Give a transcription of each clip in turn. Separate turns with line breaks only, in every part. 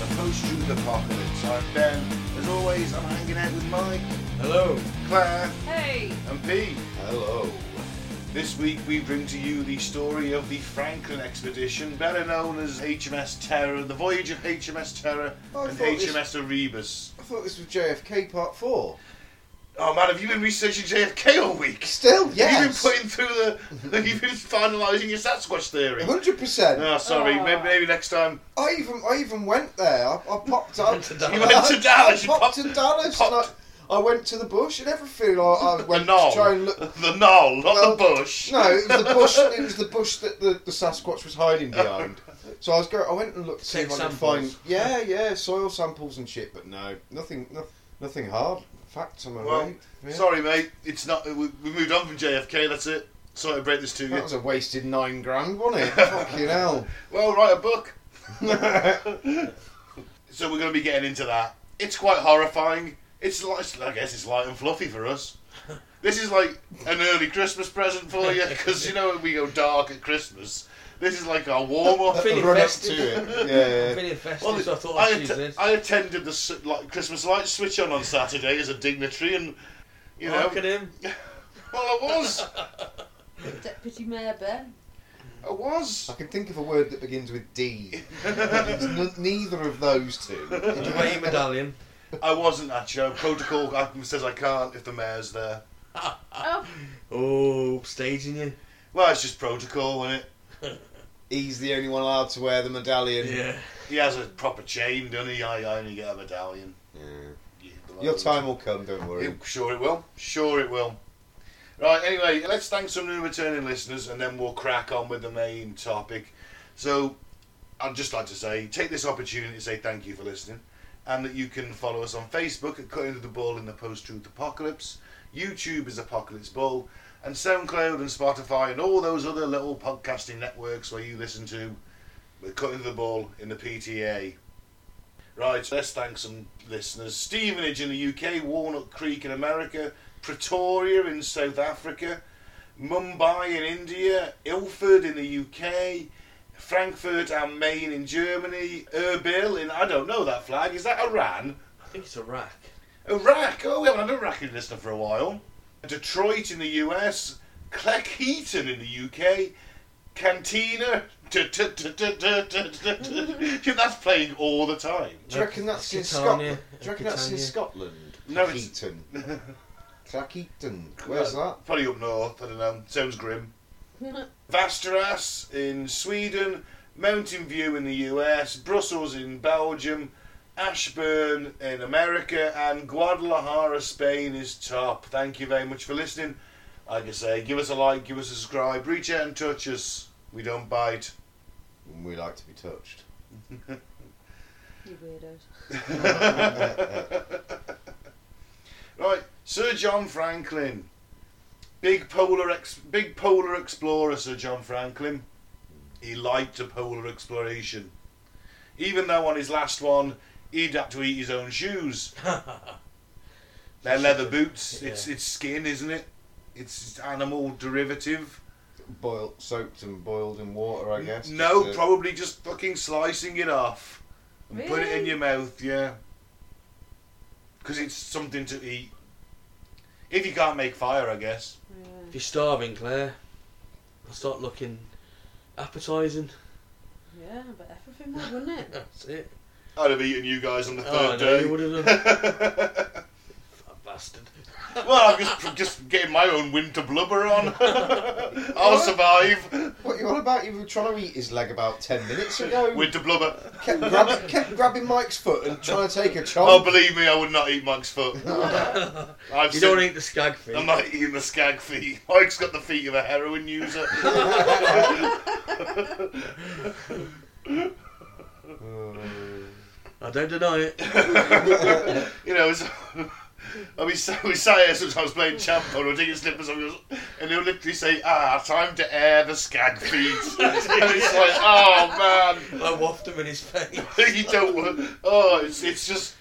the apocalypse. I'm Ben. As always, I'm hanging out with Mike,
Hello.
Claire,
Hey!
and Pete.
Hello.
This week we bring to you the story of the Franklin expedition, better known as HMS Terror, the voyage of HMS Terror
Oh, I
and
thought this-
HMS Erebus.
I thought this was JFK part four.
Oh man, have you been researching JFK all week?
Still,
Have you been
yes.
putting through the. Have you been finalising your Sasquatch theory?
Hundred percent.
Oh, sorry,
Oh.
maybe, maybe next time.
I even I even went there. I, I popped up.
to Dallas.
You went to Dallas,
I
you
popped
popped-
to Dallas.
popped-
And I, I went to the bush and everything. I, I went to
knoll.
try and look.
The knoll, not
Well,
the bush.
No, it was the bush. It was the bush that the, the Sasquatch was hiding behind. So I was going. I went and looked to see
Take
if I could
samples.
find. Yeah, yeah, soil samples and shit. But no, nothing, no, nothing hard. Facts, am I
Well,
right? Yeah.
Sorry, mate. It's not. We, we moved on from JFK. That's it. Sorry to break this to you.
That was a wasted nine grand, wasn't it? Fucking hell.
Well, write a book. So we're going to be getting into that. It's quite horrifying. It's like it's- I guess it's light and fluffy for us. This is like an early Christmas present for you because you know when we go dark at Christmas, this is like our warm up.
Feeling
run up
festive.
to it. Yeah,
I'm
yeah.
feeling festive,
Well,
so I thought oh,
I,
I'd
att-
choose this.
I attended the s- like, Christmas lights switch on on Saturday as a dignitary, and you know,
Oh, Look at him.
well, I was,
Deputy Mayor Ben.
I was.
I can think of a word that begins with D. it's n- neither of those two.
Did you wear your medallion?
I wasn't at show. Protocol says I can't if the mayor's there.
Oh,
Oh, staging you.
Well, it's just protocol, isn't it?
He's the only one allowed to wear the medallion.
Yeah.
He has a proper chain, doesn't he? I, I only get a medallion.
Yeah.
You
Your
bloke.
time will come, don't worry.
It- sure it will. Sure it will. Right, anyway, let's thank some new returning listeners and then we'll crack on with the main topic. So, I'd just like to say, take this opportunity to say thank you for listening and that you can follow us on Facebook at Cutting to the Ball in the Post Truth Apocalypse. YouTube is Apocalypse Ball. And SoundCloud and Spotify and all those other little podcasting networks where you listen to we're Cutting to the Ball in the PTA. Right, let's thank some listeners. Stevenage in the UK, Walnut Creek in America, Pretoria in South Africa, Mumbai in India, Ilford in the UK, Frankfurt am Main in Germany, Erbil in, I don't know that flag, is that Iran?
I think it's a rack.
Iraq, oh, we haven't had a Iraqi listener for a while. Detroit in the US, Cleckheaton in the UK, Cantina. That's playing all the time.
Do you reckon that's in
Catania.
Scotland? Do you reckon that's in
Catania.
Scotland?
No, it's-
Clackeaton. Clackeaton. Where's that?
Probably up north, I don't know. Sounds grim. Vasteras in Sweden, Mountain View in the US, Brussels in Belgium, Ashburn in America, and Guadalajara, Spain is top. Thank you very much for listening. Like I say, give us a like, give us a subscribe, reach out and touch us. We don't bite.
We like to be touched.
you weirdos.
Right, Sir John Franklin, big polar ex- big polar explorer, Sir John Franklin. He liked a polar exploration, even though on his last one he'd had to eat his own shoes. They're leather boots.
Yeah.
It's it's skin, isn't it? It's animal derivative.
Boiled, soaked and boiled in water, I guess. uh,
no,
just to-
probably just fucking slicing it off and put it in
Really?
your mouth, yeah. Because it's something to eat. If you can't make fire, I guess.
Yeah.
If you're starving, Claire, I'll start looking appetising.
yeah, but everything would, wouldn't it?
That's it.
I'd have eaten you guys on the
Oh, I
third
know
day.
you would have done. Fat bastard.
well, I'm just just getting my own winter blubber on. I'll survive.
What you on about? You were trying to eat his leg about ten minutes ago.
Winter blubber.
kept, grab, kept grabbing Mike's foot and trying to take a chomp.
Oh, believe me, I would not eat Mike's foot. I've seen-
You don't eat the skag feet.
I'm not eating the skag feet. Mike's got the feet of a heroin user.
Uh,
I don't deny it.
you know, it's, I mean, so we sat here sometimes playing champo or taking slippers off, and he'll literally say, "Ah, time to air the skag feet," and it's like, "Oh man,
I waft him in his face.
you don't want." Oh, it's it's just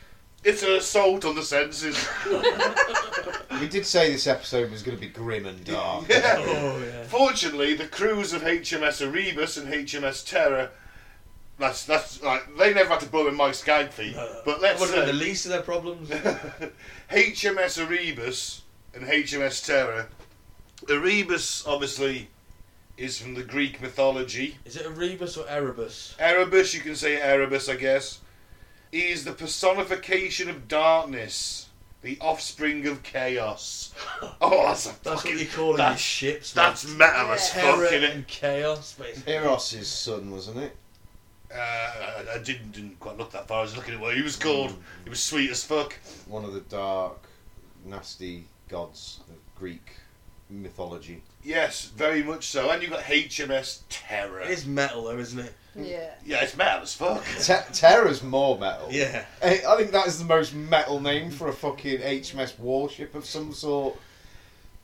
it's an assault on the senses.
We did say this episode was going to be grim and dark.
Oh, yeah.
Fortunately, the crews of HMS Erebus and HMS Terror That's that's like they never had to bully my skag feet. but let's uh,
What are the
say
least of their problems?
HMS Erebus and HMS Terror. Erebus obviously is from the Greek mythology.
Is it Erebus or Erebus?
Erebus, you can say Erebus, I guess. He is the personification of darkness, the offspring of chaos. Oh, that's a
That's
fucking.
what you call these
that's,
ships.
that's
man.
meta as
Yeah.
fuck,
terror
innit?
and chaos. mate.
Eros's son, wasn't it?
Uh, I, I didn't, didn't quite look that far. I was looking at what he was called. He was sweet as fuck.
One of the dark, nasty gods of Greek mythology.
Yes, very much so. And you've got HMS Terror.
It is metal though, isn't it?
Yeah.
yeah, it's metal as fuck.
Te- Terra's more metal.
Yeah.
I I think that is the most metal name for a fucking HMS warship of some sort.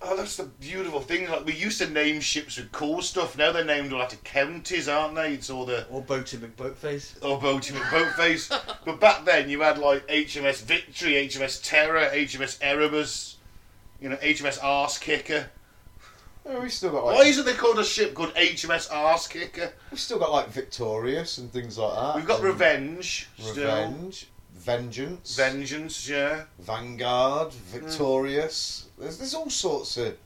Oh, that's the beautiful thing. Like we used to name ships with cool stuff. Now they're named after counties, aren't they? It's all the
Or Boaty McBoatface.
or boaty McBoatface. but back then you had like HMS Victory, HMS Terror, HMS Erebus, you know, HMS Arse Kicker.
Oh, we've still got
Why
like
isn't they called a ship called HMS Arse Kicker?
we've still got like victorious and things like that.
We've got
And
Revenge still.
revenge, vengeance,
Vengeance, yeah.
vanguard, victorious. There's, there's all sorts of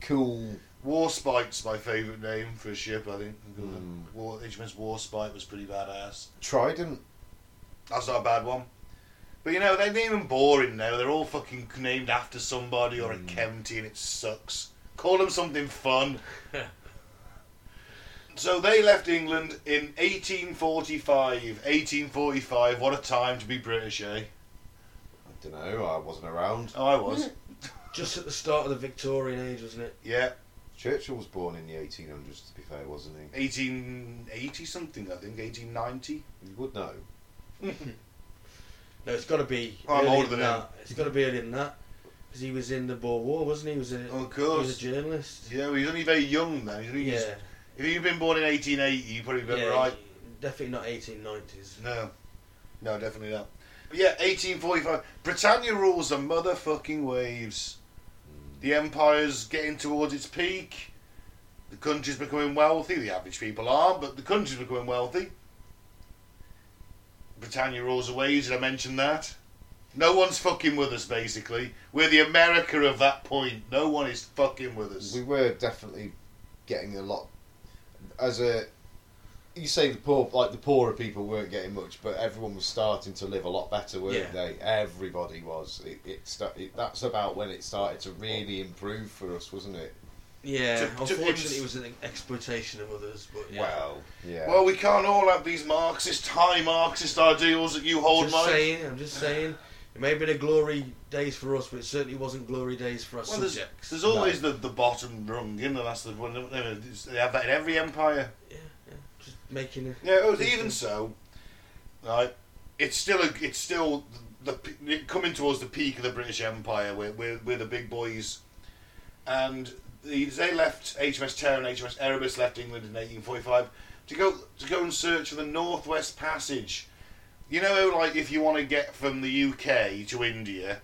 cool.
Warspite's my favourite name for a ship, I think.
Mm.
War, HMS Warspite was pretty badass.
Trident.
That's not a bad one. But you know, they name them boring now. They're all fucking named after somebody or a county and it sucks. Call them something fun. so they left England in 1845. 1845, what a time to be British, eh?
I don't know. I wasn't around.
Oh, I was.
Just at the start of the Victorian age, wasn't it?
yeah,
Churchill was born in the 1800s. To be fair, wasn't he?
1880 something, I think. 1890.
You would know.
No, it's got to be.
Oh, I'm
earlier
older than him.
that. It's got to be earlier than that. Because he was in the Boer War, wasn't he? He was a,
Oh, of
he
course.
was a journalist.
Yeah, well, he's only very young then. He's only
Yeah.
just- if he'd been born in 1880, you'd probably been right.
Definitely not 1890s.
No, no, definitely not. But yeah, 1845. Britannia rules the motherfucking waves. The empire's getting towards its peak. The country's becoming wealthy. The average people are, but the country's becoming wealthy. Britannia rules the waves. Did I mention that? No one's fucking with us, basically. We're the America of that point. No one is fucking with us.
We were definitely getting a lot as a. You say the poor, like the poorer people weren't getting much, but everyone was starting to live a lot better, weren't they? Everybody was. It, it, sta- it that's about when it started to really improve for us, wasn't it?
Yeah,
To- to-
unfortunately,
it's-
it was an exploitation of others. But yeah.
Well, yeah.
Well, we can't all have these Marxist, high Marxist ideals that you hold,
just
Mike.
saying, I'm just saying, it may have been a glory days for us, but it certainly wasn't glory days for our
Well, there's,
subjects.
there's always the, the bottom rung, you know. That's the one. don't They It's- they have that in every empire.
Just making a,
Yeah, it was- even so, right? It's still a, it's still the, the coming towards the peak of the British Empire. We're we're, we're the big boys, and the, they left HMS Terror and HMS Erebus left England in 1845 to go to go and search for the Northwest Passage. You know, like if you want to get from the UK to India,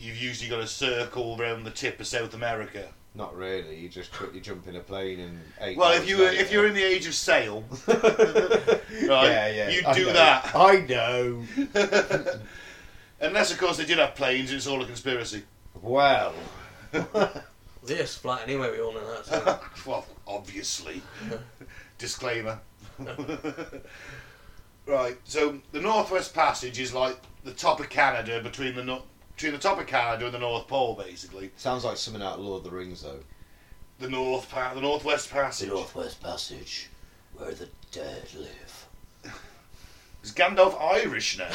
you've usually got to circle round the tip of South America.
Not really. You just quickly jump in a plane and. Eight
Well, if you were, if you're in the age of sail, right,
yeah, yeah,
you'd
I
do
know.
that.
I know.
Unless, of course, they did have planes. It's all a conspiracy.
Well,
this flat anyway. We all know that. So.
well, obviously. Disclaimer. right. So the Northwest Passage is like the top of Canada between the nor- between the top of Canada and the North Pole, basically.
sounds like something out of Lord of the Rings, though.
The North pa- the Northwest Passage.
Northwest Passage, where the dead live.
Is Gandalf Irish now?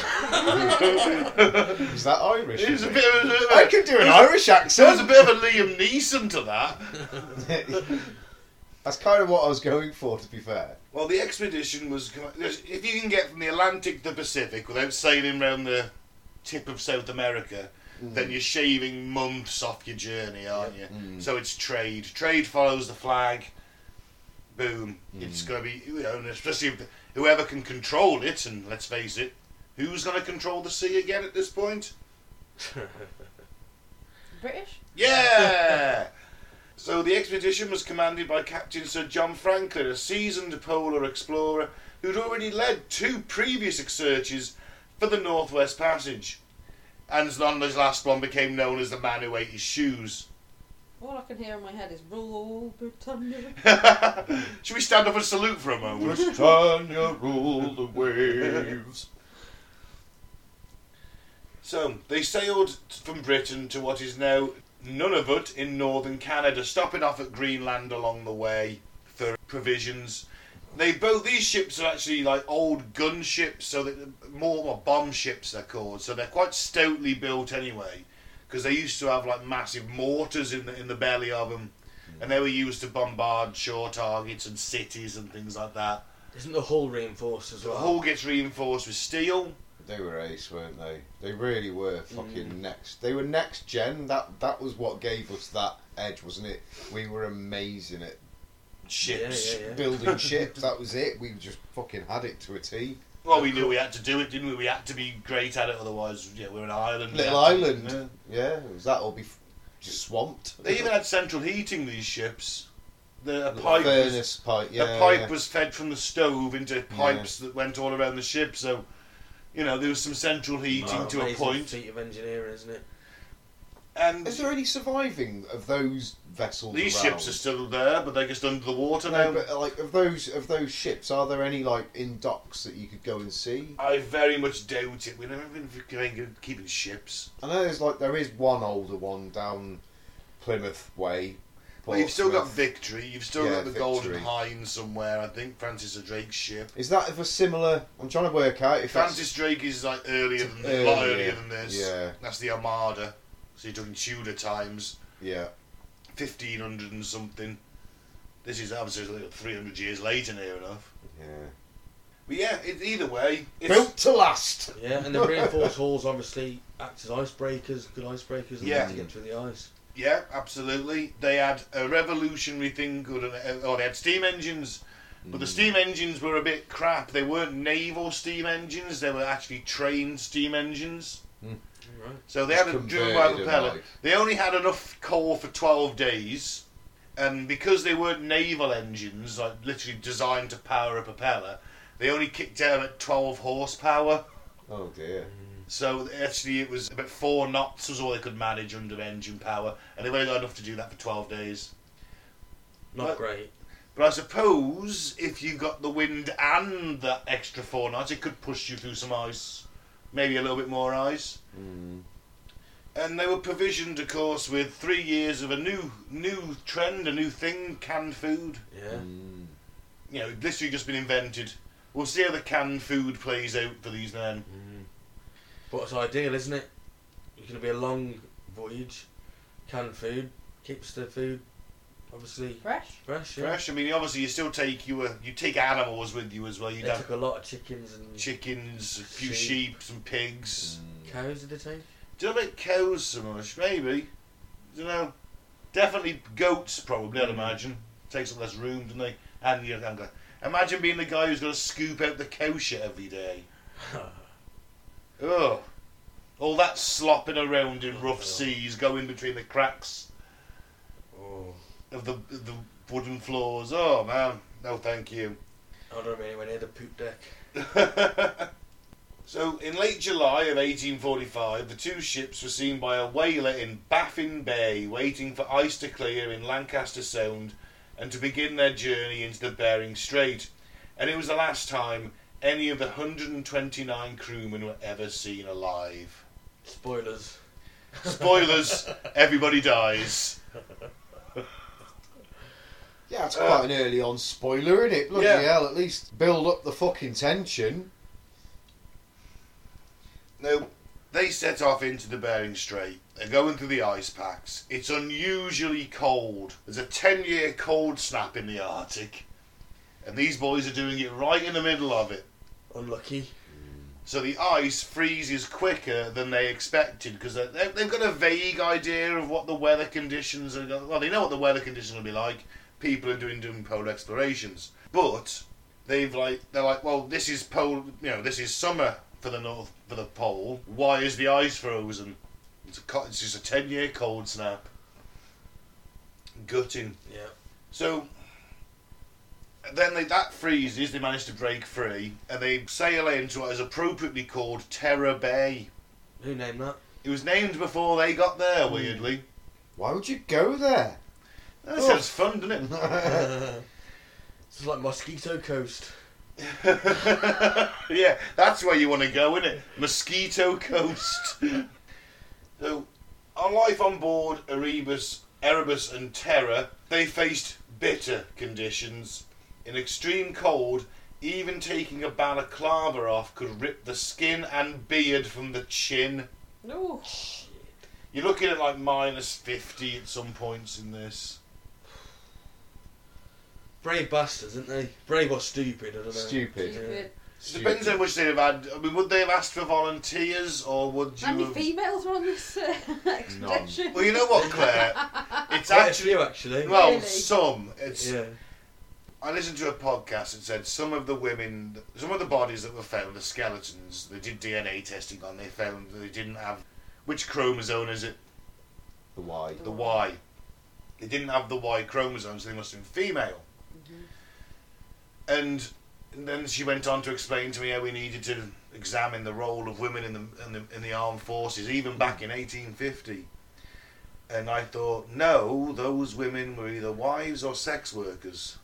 Is that Irish?
It was
is
a
it?
bit of a-
I could do an Irish
There was a
accent.
bit of a Liam Neeson to that.
That's kind of what I was going for, to be fair.
Well, the expedition was. If you can get from the Atlantic to the Pacific without sailing round the tip of South America, then you're shaving months off your journey, aren't you? So it's trade. Trade follows the flag. Boom. It's going to be. You know, and especially if whoever can control it, and let's face it, who's going to control the sea again at this point?
British?
Yeah! So the expedition was commanded by Captain Sir John Franklin, a seasoned polar explorer who'd already led two previous searches for the Northwest Passage. And his last one became known as the man who ate his shoes.
All I can hear in my head is "Rule Britannia."
Should we stand up and salute for a moment?
Britannia rule the waves.
So they sailed from Britain to what is now Nunavut in northern Canada, stopping off at Greenland along the way for provisions. They both these ships are actually like old gun ships, so that more well, bomb ships they're called. So they're quite stoutly built anyway, because they used to have like massive mortars in the in the belly of them, and they were used to bombard shore targets and cities and things like that.
Isn't the hull reinforced as
The
well?
hull gets reinforced with steel.
They were ace, weren't they? They really were fucking
Mm.
next. They were next gen. That that was what gave us that edge, wasn't it? We were amazing at
ships.
Yeah, yeah, yeah.
building ships. That was it. We just fucking had it to a T.
Well, we knew we had to do it, didn't we? We had to be great at it, otherwise, yeah, we're an island. We
Little
had to-
island.
Yeah.
Yeah, it was that or be f- just swamped.
They even had central heating these ships. The a
Little
pipe, was,
furnace pipe. Yeah,
a pipe
yeah.
was fed from the stove into pipes that went all around the ship. So, you know, there was some central heating
Wow,
to a
amazing
point.
feat of engineering, isn't it?
And
Is there any surviving of those vessels?
these
around?
ships are still there, but they're just under the water
No,
now.
but uh, like of those of those ships, are there any like in docks that you could go and see?
I very much doubt it. We've never been very good at keeping ships.
I know there's like there is one older one down Plymouth Way.
Well, you've still got
Portsmouth.
Victory. You've still
Yeah,
got the Golden
Victory.
Hind somewhere. I think Francis Drake's ship.
Is that of a similar? I'm trying to work out if
Francis Drake is like earlier than
Earlier,
a lot earlier than this.
yeah.
That's the Armada. So you're talking Tudor times,
that's yeah.
fifteen hundred and something. This is obviously three hundred years later, near enough.
Yeah.
But yeah, it, either way, it's,
Built to last.
Yeah, and the reinforced hulls obviously act as icebreakers, good icebreakers, and
Yeah.
to get through the ice.
yeah, absolutely. They had a revolutionary thing. Good, oh, they had steam engines, but
Hmm.
the steam engines were a bit crap. They weren't naval steam engines. They were actually trained steam engines.
Right.
So they
Hmm. Just
had a driven
converted
by
them,
propeller.
like.
They only had enough coal for twelve days, and because they weren't naval engines, like literally designed to power a propeller, they only kicked out at twelve horsepower.
Oh dear.
So actually, it was about four knots was all they could manage under engine power, and they were only enough to do that for twelve days.
Not
But-
great.
But I suppose if you got the wind and that extra four knots, it could push you through some ice, maybe a little bit more ice.
Mm.
and they were provisioned, of course, with three years of a new new trend, a new thing, canned food.
Yeah.
Mm.
You know, literally just been invented. We'll see how the canned food plays out for these men.
Mm. But it's ideal, isn't it? It's going to be a long voyage. Canned food keeps the food obviously
Fresh.
fresh. Yeah.
Fresh. I mean, obviously, you still take you you take animals with you as well.
They
You'd
took
have
a lot of chickens and
chickens, a few
Sheep.
sheep, some pigs.
cows. Did they take?
Do you know about cows so much? Maybe. You know, definitely goats. Probably, I'd
Mm.
imagine. Takes up less room, doesn't they? And you know, imagine being the guy who's got to scoop out the cow shit every day. Oh, all that slopping around in rough seas, going between the cracks
oh,
of the the wooden floors. Oh man, no, thank you.
I don't know anywhere near the poop deck.
so, in late July of 1845, the two ships were seen by a whaler in Baffin Bay, waiting for ice to clear in Lancaster Sound, and to begin their journey into the Bering Strait. And it was the last time any of the 129 crewmen were ever seen alive.
Spoilers.
Spoilers, everybody dies.
Yeah, that's
Uh,
quite an early on spoiler, isn't it? Bloody
yeah.
hell! At least build up the fucking tension.
No, they set off into the Bering Strait. They're going through the ice packs. It's unusually cold. There's a 10 year cold snap in the Arctic. And these boys are doing it right in the middle of it.
Unlucky.
So the ice freezes quicker than they expected because they've got a vague idea of what the weather conditions are going Well, they know what the weather conditions will be like. People are doing, doing polar explorations. But they've like they're like, well, this is pole, you know, this is summer for the north for the pole. Why is the ice frozen? It's, a, co- it's just a ten year cold snap. gutting.
Yeah.
So then they, that freezes, they manage to break free, and they sail into what is appropriately called Terror Bay.
Who named that?
It was named before they got there, weirdly.
Why would you go there?
That
Oh.
sounds fun, doesn't it?
it's like Mosquito Coast.
yeah, that's where you want to go, isn't it? Mosquito Coast. so, on life on board Erebus, Erebus and Terror, they faced bitter conditions. In extreme cold, even taking a balaclava off could rip the skin and beard from the chin.
No.
You're looking at like minus 50 at some points in this.
Brave bastards, aren't they? Brave or stupid, I don't know.
Stupid.
Yeah.
Stupid.
Depends how much they've had. I mean, would they have asked for volunteers or would you
How many
have-
females are on this uh, expedition?
Well, you know what, Claire? It's
Quite a
actually.
few, actually.
Well,
Really?
some. It's.
yeah.
I listened to a podcast that said some of the women, some of the bodies that were found, the skeletons, they did DNA testing on. They found that they didn't have which chromosome is it?
The why?
The Y. They didn't have the Y chromosome, so they must have been female.
Mm-hmm.
And then she went on to explain to me how we needed to examine the role of women in the in the, in the armed forces, even back in 1850. And I thought, no, those women were either wives or sex workers.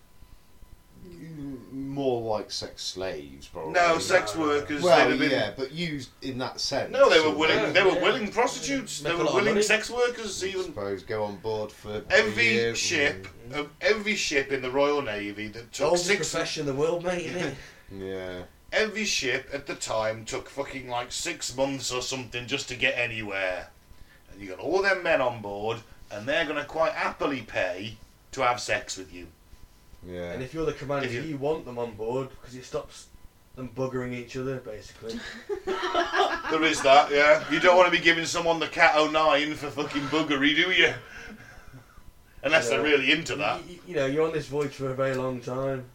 Mm, More like sex slaves, probably.
Oh,
No, sex
no, no.
workers. they'd
Well,
have been,
yeah, but used in that sense.
No, they were
or-
willing.
Yeah,
They were
yeah.
willing prostitutes.
Make
they
a
were
lot of
willing
money.
sex workers.
I
Even
suppose go on board for
every
a year. Mm,
ship,
Mm-hmm.
of every ship in the Royal Navy that
The
took
oldest
six,
profession in the world, mate, isn't it?
Yeah.
every ship at the time took fucking like six months or something just to get anywhere. And you got all them men on board, and they're gonna quite happily pay to have sex with you.
Yeah.
And if you're the commander,
If you-
you want them on board because it stops them buggering each other, basically.
There is that, yeah. You don't want to be giving someone the cat 09 for fucking buggery, do you? Unless they're
Yeah.
really into that.
You, you know, you're on this voyage for a very long time.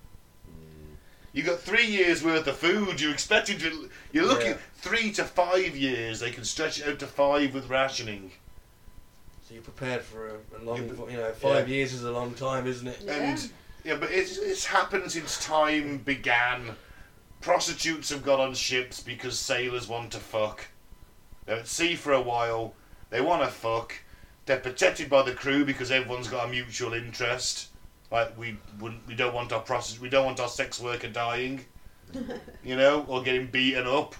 You got three years worth of food. You're expecting to. You're looking
Yeah.
three to five years. They can stretch it out to five with rationing.
So you're prepared for a, a long,
Yeah, but-
you know, five
yeah.
years is a long time, isn't it?
Yeah.
And yeah, but it's it's happened since time began. Prostitutes have got on ships because sailors want to fuck. They're at sea for a while. They want to fuck. They're protected by the crew because everyone's got a mutual interest. Like we wouldn't, we don't want our prostitute, we don't want our sex worker dying, you know, or getting beaten up.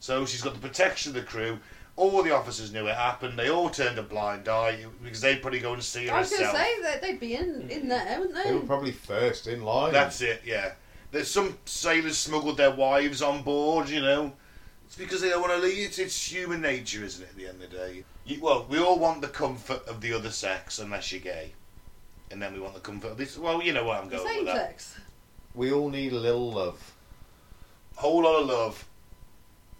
So she's got the protection of the crew. All the officers knew it happened. They all turned a blind eye because they'd probably go and see her
I was going to
herself.
say that they'd be in in there, wouldn't
They
they?
were probably first in line.
That's it, yeah. There's some sailors smuggled their wives on board, you know. It's because they don't want to leave. It's, it's human nature, isn't it, at the end of the day? You, well, we all want the comfort of the other sex, unless you're gay. And then we want the comfort of this. Well, you know where I'm
The
going
same
with that.
sex.
We all need a little love.
Whole lot of love.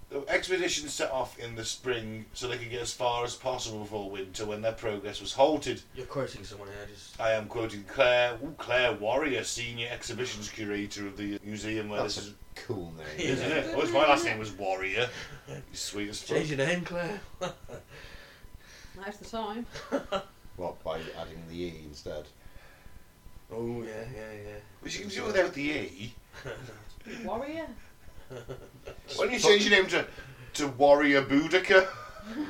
The expedition set off in the spring so they could get as far as possible before winter when their progress was halted.
You're quoting someone here, just.
I am quoting Claire, ooh, Claire Warrior, senior exhibitions curator of the museum where
That's
this is
a cool name.
isn't it? Well, my last name was Warrior. You sweet as fuck.
Change your name, Claire.
Now's the time.
What by adding the e instead?
Oh, yeah, yeah,
Which you can do without the E.
Warrior.
Why don't you change your name to, to Warrior Boudicca?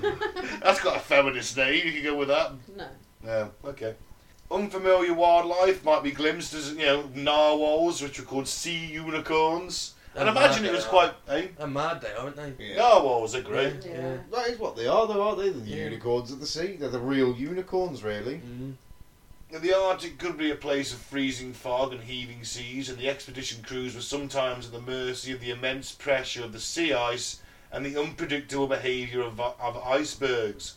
That's got a feminist name, you can go with that.
No.
No, okay. Unfamiliar wildlife might be glimpsed as, you know, narwhals, which were called sea unicorns. And
And
imagine it was quite.
marabou.
Eh?
yeah. A mad day, aren't they?
Yeah.
Narwhals are great.
Yeah.
Yeah.
That is what they are, though, aren't they? The
Yeah.
unicorns of the sea. They're the real unicorns, really.
Mm.
Now, The Arctic could be a place of freezing fog and heaving seas, and the expedition crews were sometimes at the mercy of the immense pressure of the sea ice and the unpredictable behaviour of, of icebergs.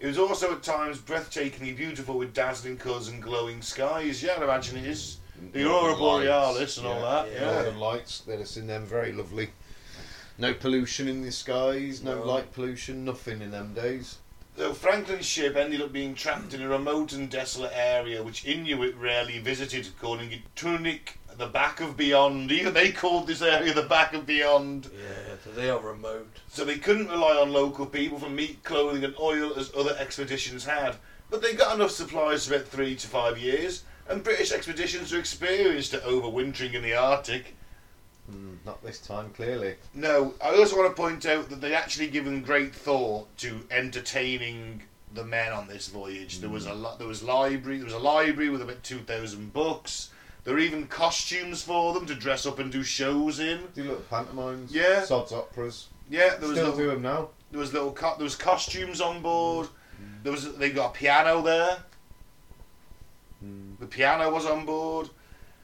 It was also at times breathtakingly beautiful with dazzling colours and glowing skies. Yeah, I imagine it is. The Aurora Borealis and all that,
yeah.
yeah.
Northern lights. They're in them very lovely. No pollution in the skies. No,
No.
light pollution. Nothing in them days.
Though Franklin's ship ended up being trapped in a remote and desolate area which Inuit rarely visited, calling it Tunik, the back of beyond. Even they called this area the back of beyond.
Yeah, so they are remote.
so they couldn't rely on local people for meat, clothing, and oil as other expeditions had. but they got enough supplies for about three to five years, and British expeditions are experienced at overwintering in the Arctic.
Mm, not this time, clearly.
No, I also want to point out that they actually given great thought to entertaining the men on this voyage. There was a
Hmm.
lot. There was library. There was a library with about two thousand books. There were even costumes for them to dress up and do shows in.
Do little pantomimes.
Yeah.
Sods operas.
Yeah, there was
Still do
little,
them now.
there was little co- there was costumes on board.
Hmm.
There was they got a piano there.
Hmm.
The piano was on board.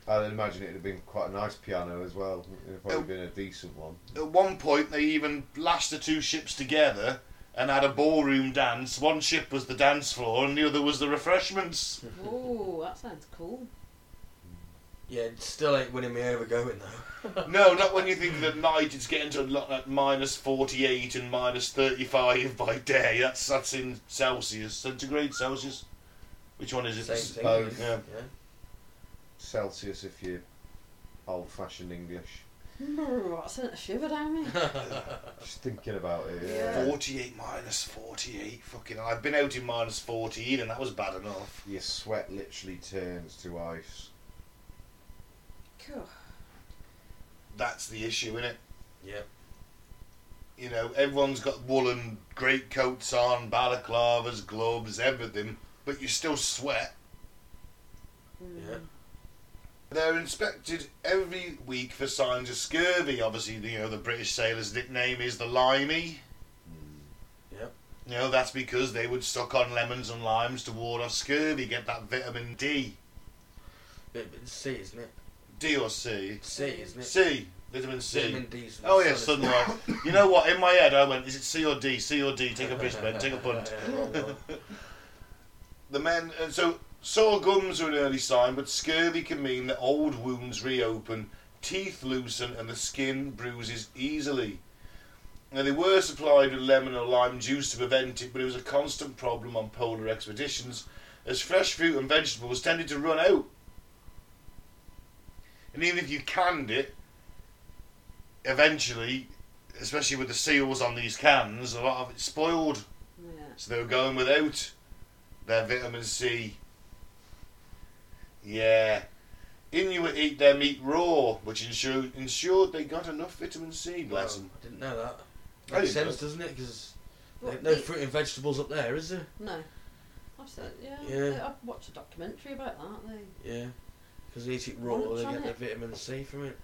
I'd imagine it'd have been quite a nice piano as well. It'd probably
Oh.
been a decent one.
At one point, they even lashed the two ships together and had a ballroom dance. One ship was the dance floor, and the other was the refreshments.
Ooh, that sounds cool.
Yeah, it still ain't winning me over going though.
No, not when you think that night it's getting to like that minus 48 and minus 35 by day. That's that's in Celsius, centigrade Celsius. Which one is it?
Same thing.
Both.
Yeah.
Celsius if you're old fashioned English.
Brr, that sent a shiver down me.
Just thinking about it.
Yeah.
Yeah.
48 minus 48. Fucking, I've been out in minus 14 and that was bad enough.
Your sweat literally turns to ice.
Cool.
That's the issue, innit?
yeah.
You know, everyone's got woolen greatcoats on, balaclavas, gloves, everything, but you still sweat.
Mm.
Yeah.
They're inspected every week for signs of scurvy. Obviously, you know the British sailor's nickname is the limey.
Mm. Yep.
You know that's because they would suck on lemons and limes to ward off scurvy, get that vitamin D,
Bit, bit C, isn't it?
D or C,
C, isn't it?
C, vitamin C.
Vitamin D's from
Oh
the
yeah,
sun,
sunlight. you know what? In my head, I went, "Is it C or D? C or D? Take a piss, man. Take a punt." the men and so sore gums are an early sign, but scurvy can mean that old wounds reopen, teeth loosen, and the skin bruises easily. Now they were supplied with lemon or lime juice to prevent it, but it was a constant problem on polar expeditions, as fresh fruit and vegetables tended to run out. And even if you canned it, eventually, especially with the seals on these cans, a lot of it spoiled.
Yeah.
So they were going without their vitamin C. Yeah. Inuit eat their meat raw, which ensured, ensured they got enough vitamin C,
Well,
bless 'em.
I didn't know that.
I
Makes
didn't
sense, doesn't it? Because
What,
no
the-
fruit and vegetables up there, is there?
No. I've said, yeah.
Yeah.
I've watched a documentary about that. They,
Yeah. Because they eat it raw,
Why not
they
try
get
it?
their vitamin C from it.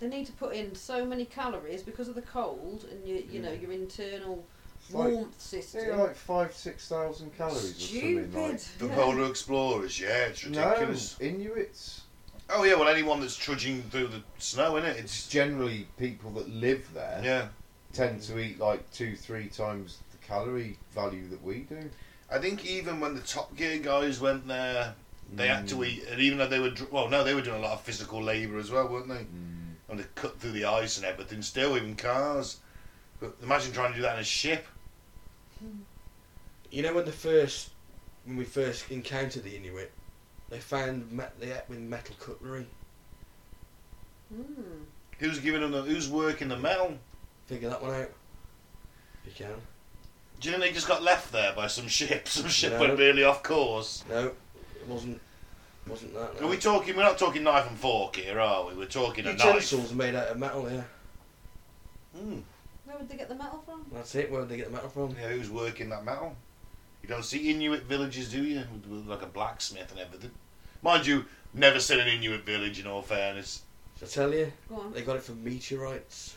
they need to put in so many calories because of the cold and you, you know your internal
It's like,
warmth
is
system.
it like five, six thousand calories or
Stupid.
something like
The
yeah.
polar explorers, yeah, it's ridiculous.
No, Inuits.
Oh yeah, well anyone that's trudging through the snow, innit?
It's
It's
generally people that live there
yeah.
tend to eat like two, three times the calorie value that we do.
I think even when the Top Gear guys went there, they had to
Mm.
eat, and even though they were dr- well, no, they were doing a lot of physical labour as well, weren't they?
Mm.
and they cut through the ice and everything still, even cars. But imagine trying to do that in a ship.
You know when the first, when we first encountered the Inuit, they found me- they ate with metal cutlery.
Mm.
Who's giving them the, who's working the metal?
Figure that one out. You can.
Do you think they just got left there by some ship? Some ship
No.
went really off course.
No, it wasn't. Wasn't that?
Are we talking? We're not talking knife and fork here, are we? We're talking a knife.
Utensils made out of metal. Yeah,
Mm.
Where would they get the metal from?
that's it. Where did they get the metal from?
Yeah, who's working that metal? You don't see Inuit villages, do you? With, with like a blacksmith and everything. Mind you, never seen an Inuit village. In all fairness,
Shall I tell you,
Go on.
they got it from meteorites.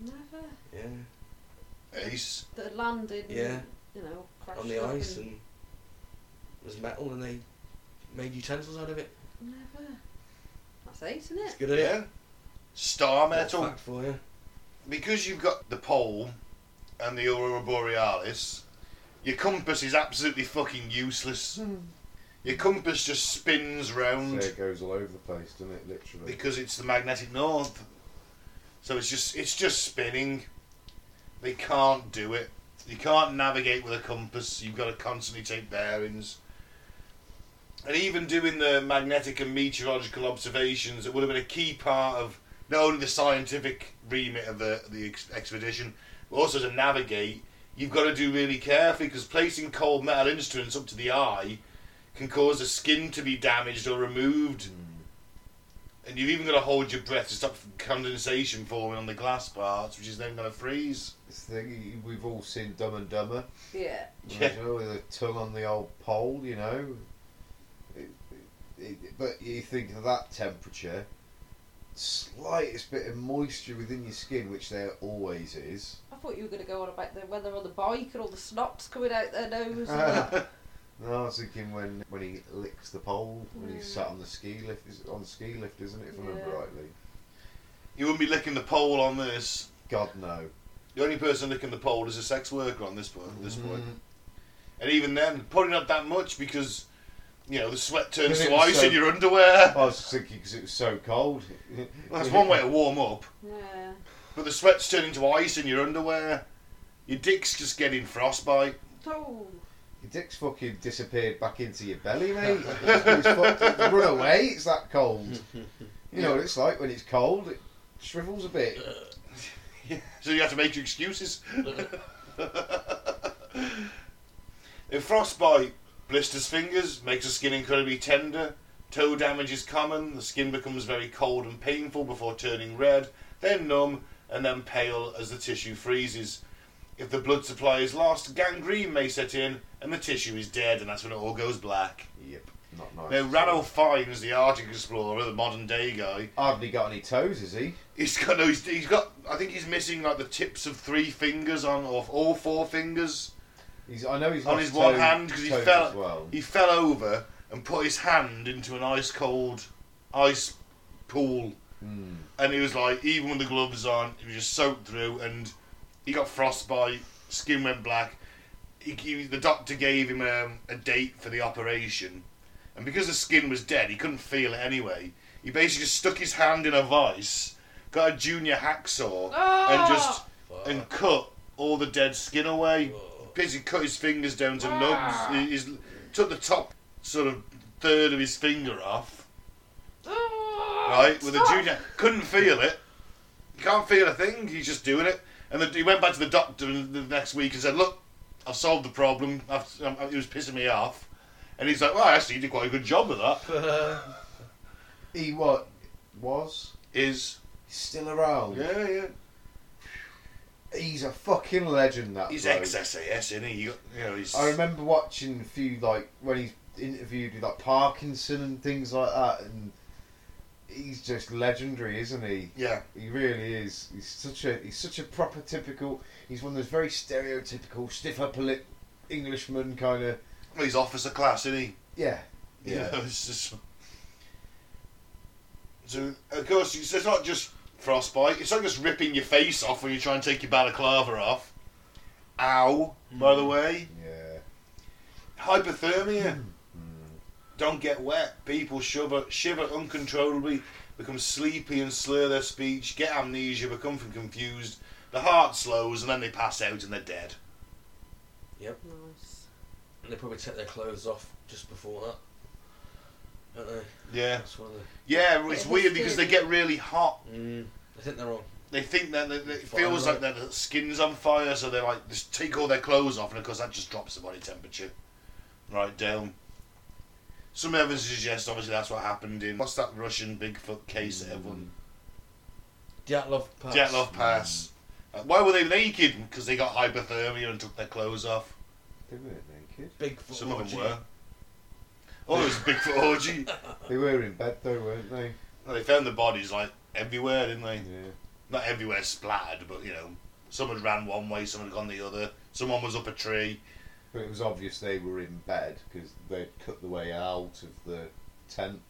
Never.
Yeah,
Ace.
That had landed. and,
Yeah.
You know, crashed.
on the
up
ice and it was metal, and they made utensils out of it.
Never. That's eight, isn't it?
It's good, isn't it?
Star
Little
metal.
Fact for you.
because you've got the pole and the aurora borealis, your compass is absolutely fucking useless. Your compass just spins
So
round
it goes all over the place, doesn't it? Literally.
because it's the magnetic north. So it's just it's just spinning. They can't do it. You can't navigate with a compass. You've got to constantly take bearings. And even doing the magnetic and meteorological observations, it would have been a key part of not only the scientific remit of the the ex- expedition, but also to navigate. you've got to do really carefully because placing cold metal instruments up to the eye can cause the skin to be damaged or removed. And you've even got to hold your breath to stop condensation forming on the glass parts, which is then going to freeze.
It's the thing, we've all seen Dumb and Dumber.
Yeah.
Yeah.
You know, with a tongue on the old pole, you know. It, it, it- but you think of that temperature, slightest bit of moisture within your skin, which there always is.
I thought you were going to go on about the weather on the bike and all the snot's coming out their nose. and that.
No, I was thinking when, when he licks the pole when
Mm.
he's sat on the ski lift is it on the ski lift, isn't it? If I
Yeah.
remember rightly.
You wouldn't be licking the pole on this.
God no.
The only person licking the pole is a sex worker on this point. This point,
Mm.
and even then, probably not that much because you know the sweat turns
Because it
to
was
ice
so-
in your underwear.
I was thinking because it was so cold.
That's one way to warm up,
yeah.
but the sweat's turning to ice in your underwear. Your dick's just getting frostbite.
Oh.
Your dick's fucking disappeared back into your belly, mate. it's fucked, it's run away. It's that cold. You know what it's like when it's cold. It shrivels a bit.
So you have to make your excuses. if frostbite blisters fingers, makes the skin incredibly tender, toe damage is common, the skin becomes very cold and painful before turning red, then numb, and then pale as the tissue freezes. If the blood supply is lost, gangrene may set in and the tissue is dead, and that's when it all goes black.
Yep, not nice.
Now, Ranulph Fiennes, the Arctic explorer, the modern day guy,
Hardly got any toes, is he?
He's got no. He's, he's got. I think he's missing like the tips of three fingers on, or all four fingers
He's. I know he's
on
lost
his one
toe-
hand because he
toes
fell.
as well.
He fell over and put his hand into an ice cold ice pool,
Mm.
and he was like, even with the gloves on, he was just soaked through, and he got frostbite. Skin went black. He, he, the doctor gave him um, a date for the operation, and because the skin was dead, he couldn't feel it anyway. He basically just stuck his hand in a vice, got a junior hacksaw, and just
Fuck.
and cut all the dead skin away.
Whoa.
Basically, cut his fingers down to
Ah.
nubs. He- He's took the top sort of third of his finger off,
Oh,
right? With a
stop.
junior, couldn't feel it. You can't feel a thing. He's just doing it. And then he went back to the doctor the next week and said, "Look, I've solved the problem. I've, um, it was pissing me off." And he's like, "Well, actually, you did quite a good job with that."
He what? Was
Is
he's still around?
yeah, yeah.
He's a fucking legend. That
He's
bloke.
ex SAS, isn't he? You, got, you know, he's.
I remember watching a few like when he's interviewed with like Parkinson and things like that, and he's just legendary, isn't he?
Yeah,
He really is. He's such a he's such a proper typical. He's one of those very stereotypical stiff upper lip Englishman kind of.
Well, he's officer class, isn't he?
Yeah,
You
yeah.
know, it's just- So, of course, it's it's not just frostbite. It's not just ripping your face off when you try and take your balaclava off. Ow, by the way.
yeah.
Hypothermia. Don't get wet. People shiver, shiver uncontrollably, become sleepy and slur their speech, get amnesia, become confused. The heart slows and then they pass out and they're dead.
Nice.
And they probably take their clothes off just before that. Don't they?
Yeah.
That's one of the.
Yeah, it's
Yeah,
weird
it's
because they
weird.
get really hot
Mm, I think they're on.
They think that that- that it
Fire,
feels
right?
like their skin's on fire, so they like just take all their clothes off, and of course that just drops the body temperature right down. Some evidence suggests obviously that's what happened in what's that Russian Bigfoot case that
Mm,
everyone
Dyatlov Pass.
Jetlov Pass. Uh, why were they naked? Because they got hypothermia and took their clothes off.
They weren't naked.
Bigfoot.
Some of
orgy.
them were. Oh, it was Bigfoot orgy.
They were in bed though, weren't they?
No, they found the bodies like everywhere, didn't they?
Yeah.
Not everywhere splattered, but you know, someone ran one way, someone had gone the other, someone was up a tree.
But it was obvious they were in bed because they'd cut the way out of the tent.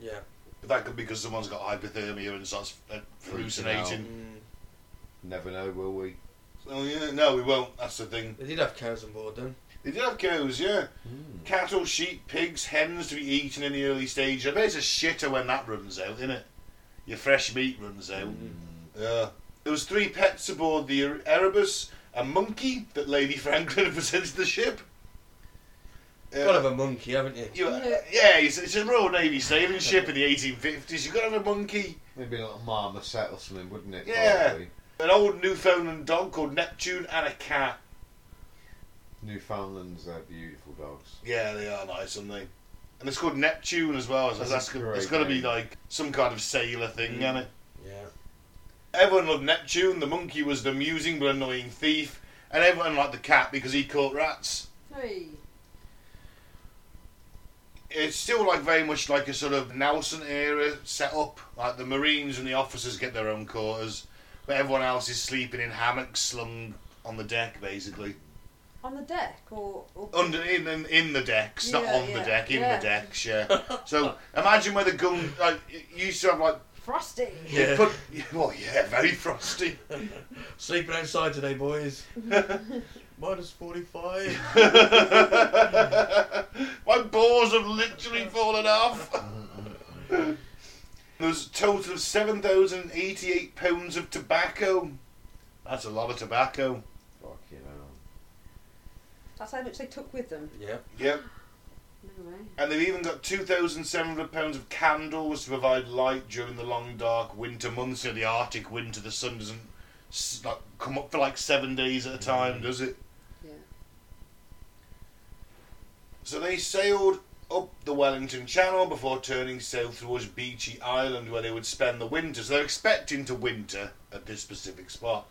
Yeah.
But that could be because someone's got hypothermia and starts uh, hallucinating.
Mm,
Never know, will we?
Oh yeah, no, we won't. That's the thing.
they did have cows on board then.
They did have cows, yeah.
Hmm.
Cattle, sheep, pigs, hens to be eaten in the early stage. I bet it's a shitter when that runs out, isn't it? Your fresh meat runs out.
Mm-hmm.
Yeah. There was three pets aboard the Ere- Erebus, a monkey that Lady Franklin had presented to the ship. Uh,
Got to have a monkey, haven't you?
you-
Yeah.
yeah, it's, it's a Royal Navy sailing ship in the 1850s. You've got to have a monkey.
Maybe a little marmoset or something, wouldn't it?
Yeah.
probably?
An old Newfoundland dog called Neptune and a cat.
Newfoundlands are beautiful dogs.
Yeah, they are nice, aren't they? And it's called Neptune as well, so
That's
that's,
a
go-
great
that's got to be
name.
like some kind of sailor thing,
Mm.
isn't it?
Yeah.
Everyone loved Neptune. The monkey was the amusing but annoying thief, and everyone liked the cat because he caught rats.
Hey.
It's still like very much like a sort of Nelson era setup. Like the Marines and the officers get their own quarters, but everyone else is sleeping in hammocks slung on the deck, basically.
On the deck or, or
Under in in, in the decks, not
Yeah,
on the
yeah,
deck, in
yeah.
the decks. Yeah. so imagine where the gun like you used to have like
frosty.
you
Yeah.
put well yeah very frosty.
Sleeping outside today, boys. Minus 45.
My balls have literally fallen off. there was a total of 7,088 pounds of tobacco. That's a lot of tobacco.
Fucking hell.
That's how much they took with them.
yeah.
Yep.
No way.
And they've even got 2,700 pounds of candles to provide light during the long, dark winter months. You know, the Arctic winter, the sun doesn't s- like, come up for like seven days at a time, does it?
Yeah.
So they sailed up the Wellington Channel before turning south towards Beachy Island, where they would spend the winter. So they're expecting to winter at this specific spot.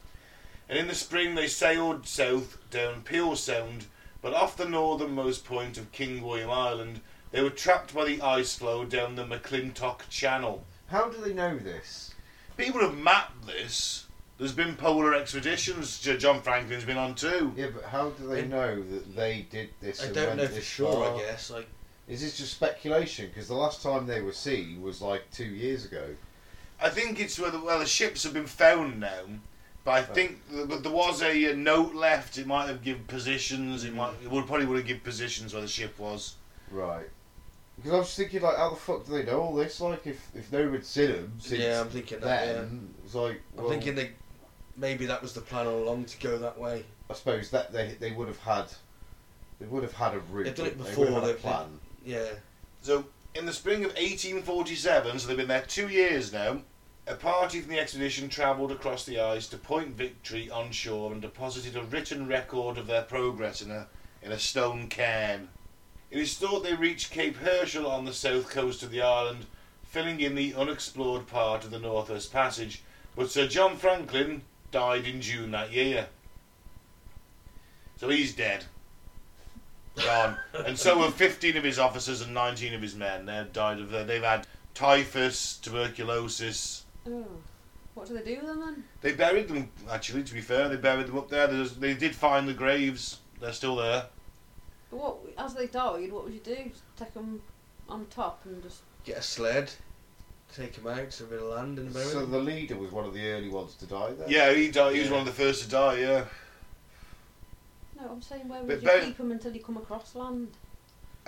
And in the spring, they sailed south down Peel Sound, but off the northernmost point of King William Island, they were trapped by the ice flow down the McClintock Channel.
How do they know this?
People have mapped this. There's been polar expeditions. J- John Franklin's been on too.
Yeah, but how do they
They-
know that they did this?
I
and
don't
went
know for
this
sure,
far?
I guess. Like,
Is this just speculation? Because the last time they were seen was like two years ago.
I think it's where the, well the ships have been found now, but I think th- but there was a, uh note left. It might have given positions. It might it would probably would have given positions where the ship was.
Right. Because I was thinking, like, how the fuck do they know all this? Like, if if no one's seen them since
yeah, I'm thinking that. yeah.
then, it's like,
I'm
well,
thinking they, maybe that was the plan all along to go that way.
I suppose that they they would have had, they would have had a route.
They've done it
wouldn't
before,
They would have had a
they've done-
plan.
Yeah.
So in the spring of 1847, so they've been there two years now. A party from the expedition travelled across the ice to Point Victory on shore and deposited a written record of their progress in a in a stone cairn. It is thought they reached Cape Herschel on the south coast of the island, filling in the unexplored part of the Northwest Passage. But Sir John Franklin died in June that year, so he's dead. Gone, and so have 15 of his officers and 19 of his men. They've died of they've had typhus, tuberculosis.
Oh. What do they do with them then?
They buried them actually. To be fair, they buried them up there. There's, they did find the graves. They're still there.
What as they died, what would you do? Just take them on top and just
Get a sled, take them out to a bit of land and bury
So
them.
the leader was one of the early ones to die. Then.
Yeah, he died. He was
Yeah.
one of the first to die. Yeah.
no. I'm saying where would
But
you
don't-
keep them until you come across land?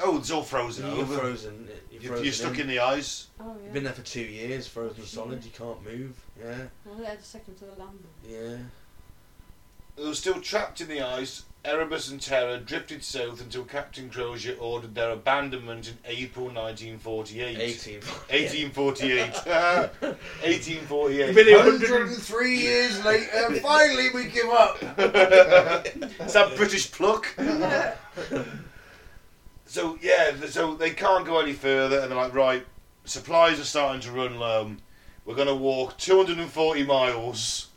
Oh, it's all frozen
You're
over.
frozen. You're,
You're,
frozen
you're stuck in the ice.
Oh yeah.
You've been there for two years, frozen solid. You
Yeah.
can't move. Yeah,
Well, they're the second to the land.
yeah.
They were still trapped in the ice. Erebus and Terror drifted south until Captain Crozier ordered their abandonment in April 1948.
Eighteen.
1848.
Uh,
1848.
You've been here
103 years later, finally we give up.
Is that British pluck? so yeah, th- so they can't go any further, and they're like, right, supplies are starting to run low. We're going to walk 240 miles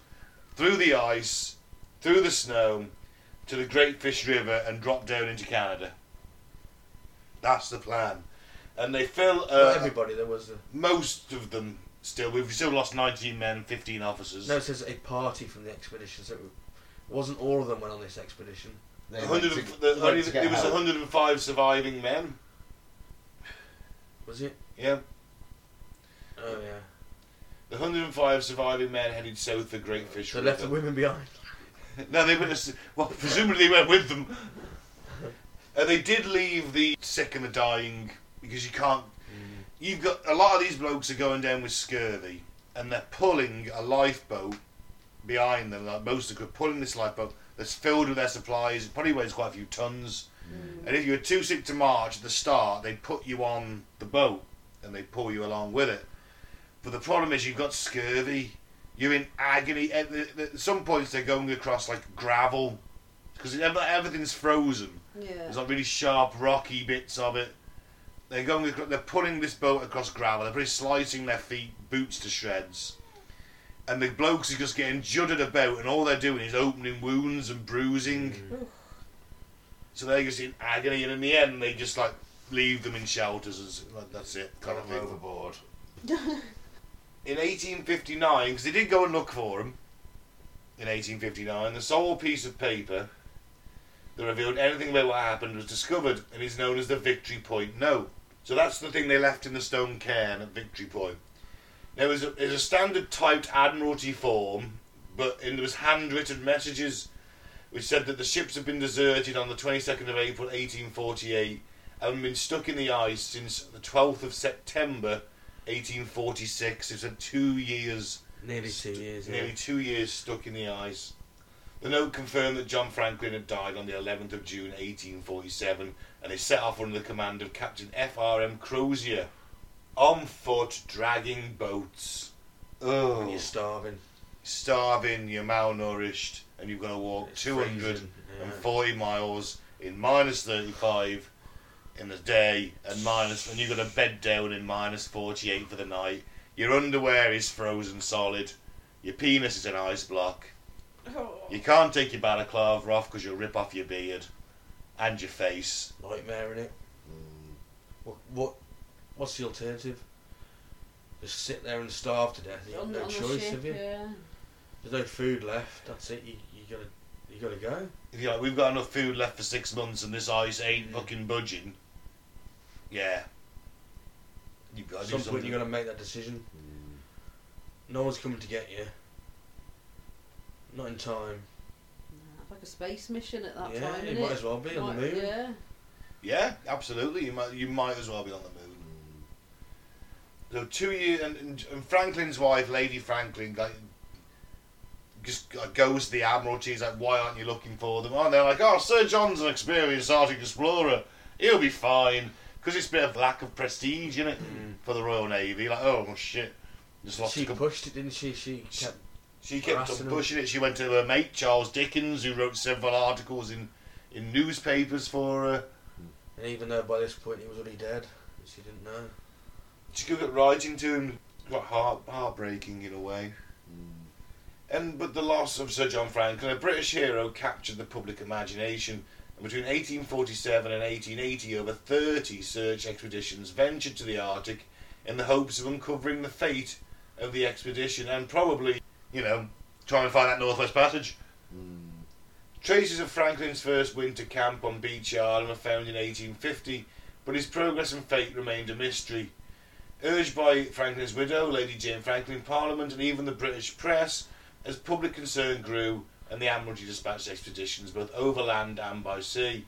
through the ice, through the snow, to the Great Fish River, and drop down into Canada. That's the plan, and they fill
Not
uh,
everybody. There was a,
most of them. Still, we've still lost 19 men, 15 officers.
no. It says a party from the expedition. So it wasn't all of them went on this expedition.
They
A
went
hundred
to-
and f- the-
they went
only-
to
There
get
was
help.
105 surviving men.
Was it?
Yeah.
Oh yeah.
The 105 surviving men headed south for Great Fish
So
River.
left the women behind.
No, they went. Well, presumably they went with them. Uh, they did leave the sick and the dying because you can't. You've got a lot of these blokes are going down with scurvy, and they're pulling a lifeboat behind them. Like most of them are pulling this lifeboat that's filled with their supplies. It probably weighs quite a few tons. And if you were too sick to march at the start, they'd put you on the boat and they'd pull you along with it. But the problem is you've got scurvy. You're in agony. At, the, the- at some points, they're going across like gravel because everything's frozen.
Yeah.
There's like really sharp, rocky bits of it. They're going. acro- They're pulling this boat across gravel. They're pretty slicing their feet, boots to shreds. And the blokes are just getting juddered about, and all they're doing is opening wounds and bruising.
Oof.
So they're just in agony, and in the end, they just like leave them in shelters. And s- like, that's it, kind of thing.
overboard.
In 1859, because they did go and look for him. In 1859, the sole piece of paper that revealed anything about what happened was discovered, and is known as the Victory Point Note. So that's the thing they left in the stone cairn at Victory Point. There was a, there's a standard typed Admiralty form, but and there was handwritten messages which said that the ships had been deserted on the 22nd of April 1848 and been stuck in the ice since the 12th of September 1846. It's a two years
Nearly two years.
nearly
Yeah.
two years stuck in the ice. The note confirmed that John Franklin had died on the 11th of June 1847, and they set off under the command of Captain F.R.M. Crozier, on foot, dragging boats.
When
Oh,
you're starving.
starving, you're malnourished, and you've got to walk
It's
two hundred
freezing, yeah.
and forty miles in minus thirty-five in the day, and minus, and you've got to bed down in minus forty-eight for the night. Your underwear is frozen solid. Your penis is an ice block.
Oh.
You can't take your balaclava off because you'll rip off your beard and your face.
Nightmare in it.
Mm.
What, what? What's the alternative? Just sit there and starve to death. You've got
On,
no
on the
choice,
ship,
have you?
yeah.
There's no food left. That's it. You, you gotta, you gotta go.
If you're like, we've got enough food left for six months and this ice ain't fucking budging. Yeah. You've got
At
to
some
do
point,
something. Mm.
you're gonna make that decision. No one's coming to get you. Not in time.
Like a space mission at that
yeah,
time.
you
innit?
might as well be on the
Might-
moon.
Yeah.
Yeah, absolutely. You might you might as well be on the moon. So two years and, and, and Franklin's wife, Lady Franklin, like, just like, goes to the Admiralty. He's like, "Why aren't you looking for them?" And they're like, "Oh, Sir John's an experienced Arctic explorer. He'll be fine." Because it's a bit of lack of prestige in it
Mm.
for the Royal Navy. Like, oh well, shit, just lost.
She
a com-
pushed it, didn't she? She
She-
kept.
she kept
harassing
on
them.
pushing it. She went to her mate Charles Dickens, who wrote several articles in in newspapers for her.
And even though by this point he was already dead, she didn't know.
She could get writing to him. Quite heart heartbreaking in a way. And but the loss of Sir John Franklin, a British hero, captured the public imagination. And between 1847 and 1880, over 30 search expeditions ventured to the Arctic in the hopes of uncovering the fate of the expedition and probably, you know, trying to find that Northwest Passage. Traces of Franklin's first winter camp on Beech Island were found in 1850, but his progress and fate remained a mystery. Urged by Franklin's widow, Lady Jane Franklin, Parliament, and even the British press, as public concern grew and the Admiralty dispatched expeditions both overland and by sea.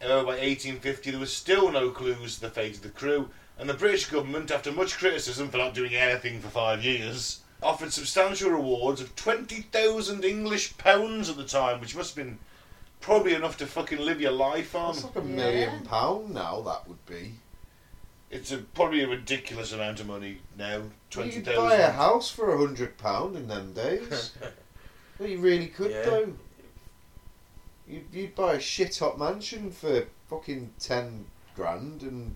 However, by 1850 there was still no clues to the fate of the crew, and the British government, after much criticism for not doing anything for five years, offered substantial rewards of 20,000 English pounds at the time, which must have been probably enough to fucking live your life on.
That's like a
Yeah.
million pound now. That would be.
It's a, probably a ridiculous amount of money now.
You
Twenty
could buy a
thousand.
house for a hundred pound in them days. well, you really could
Yeah.
though. You'd, you'd buy a shit hot mansion for fucking ten grand and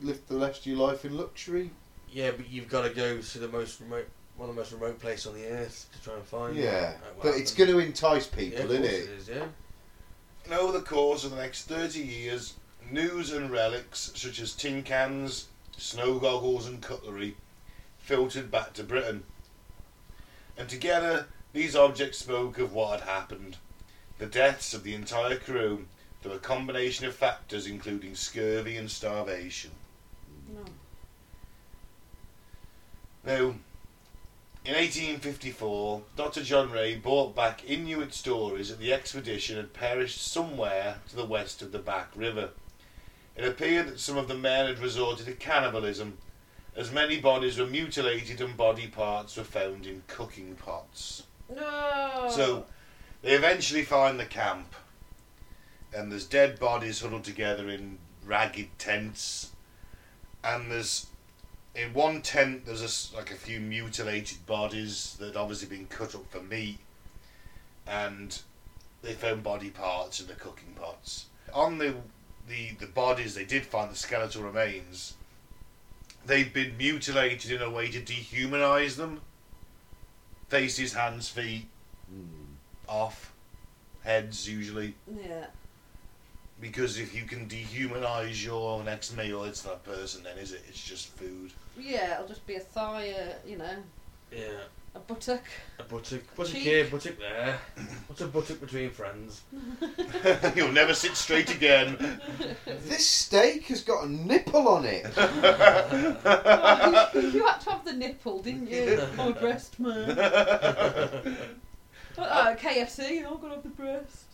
live the rest of your life in luxury.
Yeah, but you've got to go to the most remote, one of the most remote place on the earth to try and find.
Yeah,
out what
but it's
happened.
going to entice
Yeah, of
people,
course
isn't it?
it is, yeah.
And over the course of the next thirty years, news and relics such as tin cans, snow goggles, and cutlery filtered back to Britain. And together, these objects spoke of what had happened: the deaths of the entire crew through a combination of factors, including scurvy and starvation.
No.
Now, in 1854, Dr. John Ray brought back Inuit stories that the expedition had perished somewhere to the west of the Back River. It appeared that some of the men had resorted to cannibalism, as many bodies were mutilated and body parts were found in cooking pots.
No.
So they eventually find the camp, and there's dead bodies huddled together in ragged tents, and there's in one tent there's a s like a few mutilated bodies that had obviously been cut up for meat, and they found body parts in the cooking pots. On the the, the bodies they did find, the skeletal remains, they'd been mutilated in a way to dehumanise them. Faces, hands, feet,
Mm.
off, heads usually.
Yeah.
Because if you can dehumanise your next meal, it's that person then, is it? It's just food.
Yeah, it'll just be a thigh, a, you know,
Yeah.
a buttock.
A buttock, buttock
Cheek.
here, buttock there. What's a buttock between friends?
You'll never sit straight again.
This steak has got a nipple on it.
you had to have the nipple, didn't you? or breast, man. Oh, KFC, I've got to have the breast.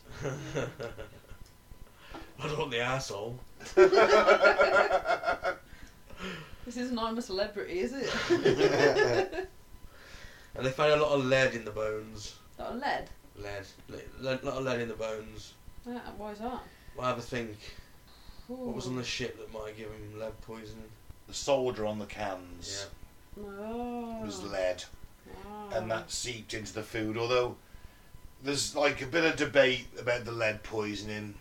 I don't want the asshole.
This isn't I'm a celebrity, is it?
And they found a lot of lead in the bones.
Got a lead.
Lead, a lot of lead in the bones.
Yeah, why is that?
Well, have a think. What was on
Ooh.
the ship that might give him lead poisoning?
the solder on the cans
Oh.
was lead,
Wow.
and that seeped into the food. Although there's like a bit of debate about the lead poisoning.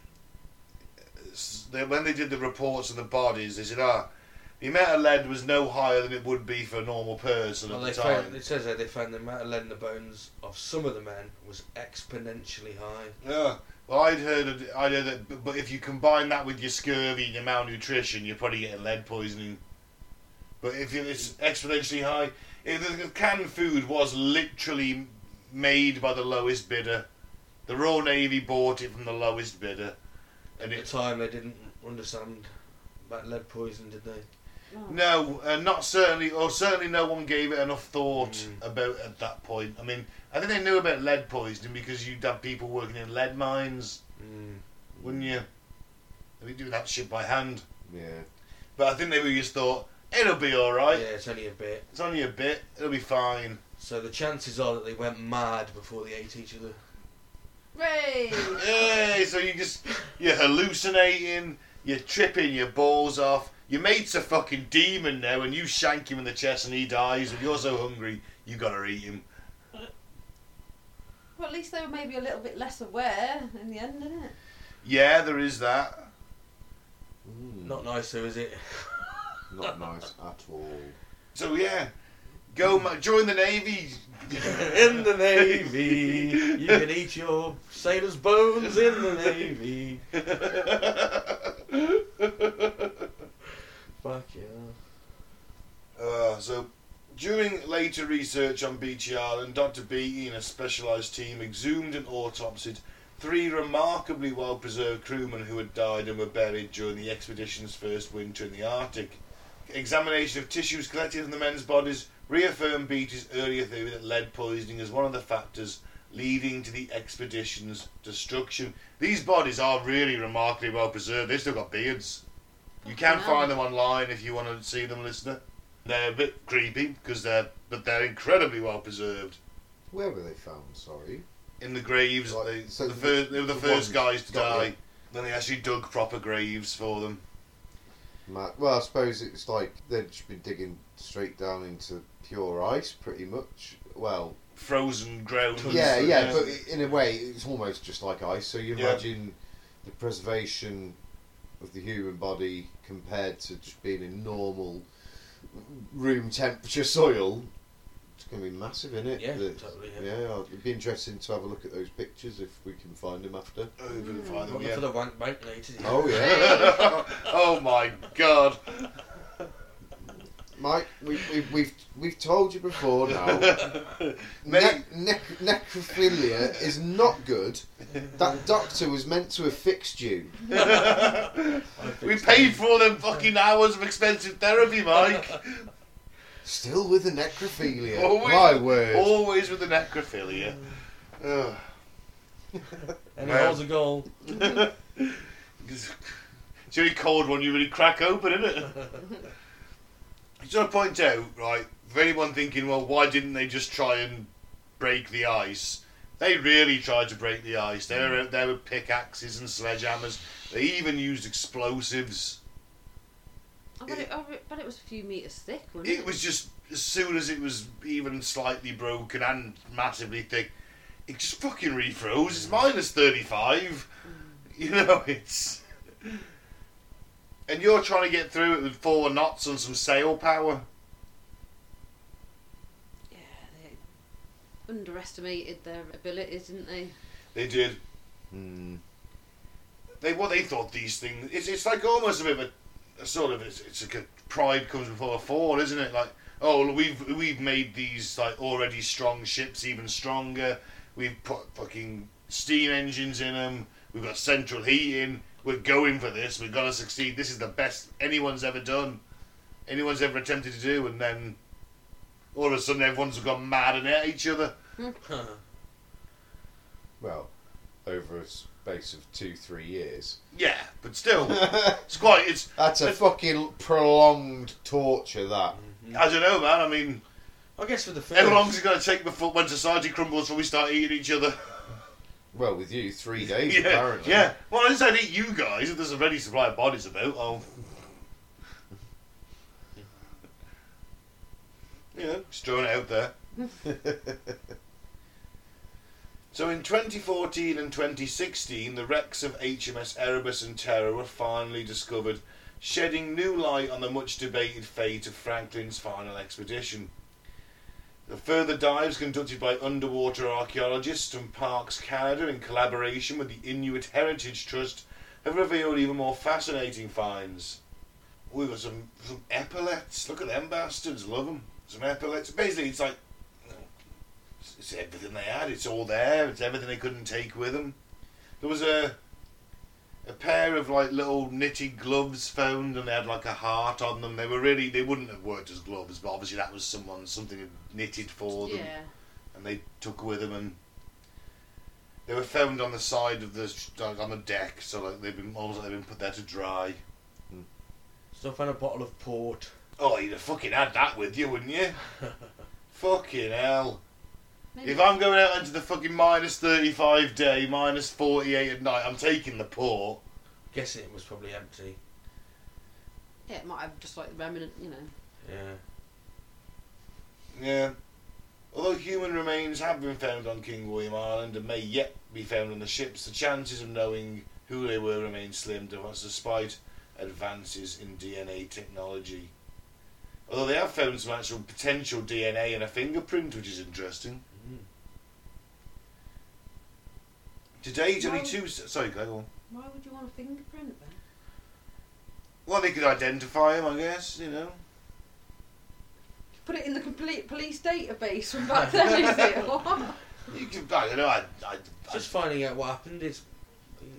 S- they- When they did the reports of the bodies, they said, ah, the amount of lead was no higher than it would be for a normal person
Well,
at
they
the
found,
time.
it says that they found the amount of lead in the bones of some of the men was exponentially high.
Yeah. Well, I'd heard, of- I'd heard that, b- but if you combine that with your scurvy and your malnutrition, you're probably getting lead poisoning. But if you- it's exponentially high, if the the canned food was literally made by the lowest bidder, the Royal Navy bought it from the lowest bidder,
At
and
the
it.
time, they didn't understand about lead poisoning, did they?
Oh.
No, uh, not certainly, or certainly no one gave it enough thought
Mm.
about at that point. I mean, I think they knew about lead poisoning because you'd have people working in lead mines,
Mm.
wouldn't you? They'd be doing that shit by hand.
Yeah.
But I think they were just thought, it'll be alright.
Yeah, it's only a bit.
It's only a bit. It'll be fine.
So the chances are that they went mad before they ate each other.
Ray!
Yay! So you just, you're hallucinating, you're tripping your balls off. Your mate's a fucking demon now and you shank him in the chest and he dies and you're so hungry, you gotta eat him.
well, at least they were maybe a little bit less aware in the end, didn't it?
Yeah, there is that.
Mm.
Not nice, though, is it?
Not nice at all.
So yeah, go ma- join the navy.
in the navy, you can eat your sailor's bones in the navy. Fuck yeah.
Uh, so, during later research on Beachy Island, Dr. Beatty and a specialised team exhumed and autopsied three remarkably well preserved crewmen who had died and were buried during the expedition's first winter in the Arctic. Examination of tissues collected from the men's bodies reaffirmed Beatty's earlier theory that lead poisoning is one of the factors leading to the expedition's destruction. These bodies are really remarkably well preserved. They've still got beards. You can
Fucking hell.
find them online if you want to see them, listener. They're a bit creepy because they're, but they're incredibly well preserved.
Where were they found? Sorry.
In the graves,
Right,
they,
so
the
the-
fir- they were the,
the
first guys
ones-
to
got
die.
you.
Then they actually dug proper graves for them.
Ma- Well, I suppose it's like they've just been digging straight down into pure ice, pretty much. Well,
Frozen ground.
yeah, yeah, but i- in a way, it's almost just like ice. So you
Yeah.
imagine the preservation of the human body compared to just being in normal room temperature soil. It's going to be massive, isn't it?
Yeah, totally, yeah.
yeah, it'd be interesting to have a look at those pictures if we can find them after.
Oh, we couldn't find them,
Looking
yeah.
for the wank bank later.
Oh yeah.
oh my god.
Mike, we, we, we've we've told you before now.
Many-
Ne- nec- necrophilia is not good. That doctor was meant to have fixed you.
we paid for all them fucking hours of expensive therapy, Mike.
Still with the necrophilia.
Always-
My word.
Always with the necrophilia. Ugh.
And
Yeah.
it was a goal.
It's a really cold one you really crack open, isn't it? Just want to point out, right, for anyone thinking, well, why didn't they just try and break the ice? They really tried to break the ice. They were out there with pickaxes and sledgehammers. They even used explosives.
I bet it, I bet it was a few metres thick, wasn't it?
It was just, as soon as it was even slightly broken and massively thick, It's fucking refroze. It's minus thirty-five.
Mm.
You know it's. And you're trying to get through it with four knots and some sail power.
Yeah, they underestimated their abilities, didn't they?
They did.
Mm.
They what they thought these things. It's it's like almost a bit of a, a sort of it's, it's like a pride comes before a fall, isn't it? Like oh well, we've we've made these like already strong ships even stronger. We've put fucking steam engines in them. We've got central heating. We're going for this. We've got to succeed. This is the best anyone's ever done, anyone's ever attempted to do. And then all of a sudden, everyone's gone mad and at each other.
Well, over a space of two, three years.
Yeah, but still, it's quite. It's
That's a fucking prolonged torture, that.
I don't know, man. I mean,
I guess for the first.
how long's it going to take before when society crumbles before we start eating each other?
Well, with you, three days
yeah,
apparently.
yeah. Well, I just said eat you guys if there's a ready supply of bodies about. I'll. yeah, just throwing it out there. So in 2014 and 2016, the wrecks of HMS Erebus and Terror were finally discovered, shedding new light on the much debated fate of Franklin's final expedition. The further dives conducted by underwater archaeologists from Parks Canada in collaboration with the Inuit Heritage Trust have revealed even more fascinating finds. We've got some, some epaulets. Look at them bastards. Love them. Some epaulets. Basically, it's like it's- it's everything they had. It's all there. It's everything they couldn't take with them. There was a a pair of like little knitted gloves found, and they had like a heart on them. They were really they wouldn't have worked as gloves, but obviously that was someone something had knitted for them,
Yeah.
and they took with them, and they were found on the side of the like, on the deck. So like they've been almost like they've been put there to dry.
So I found a bottle of port.
Oh, you'd have fucking had that with you, wouldn't you? fucking hell.
Maybe.
If I'm going out into the fucking minus 35 day, minus 48 at night, I'm taking the port.
Guessing it was probably empty.
yeah, it might have just like remnant, you know.
Yeah.
Yeah. Although human remains have been found on King William Island and may yet be found on the ships, the chances of knowing who they were remain slim to us despite advances in DNA technology. Although they have found some actual potential DNA in a fingerprint, which is interesting.
Mm.
To date, only
Well-
two. Sorry, go on.
Why would you want a fingerprint then?
Well, they could identify him, I guess, you know.
Put it in the complete police database from back then, is it? What?
You could, I don't know, I, I, I
Just finding out what happened is.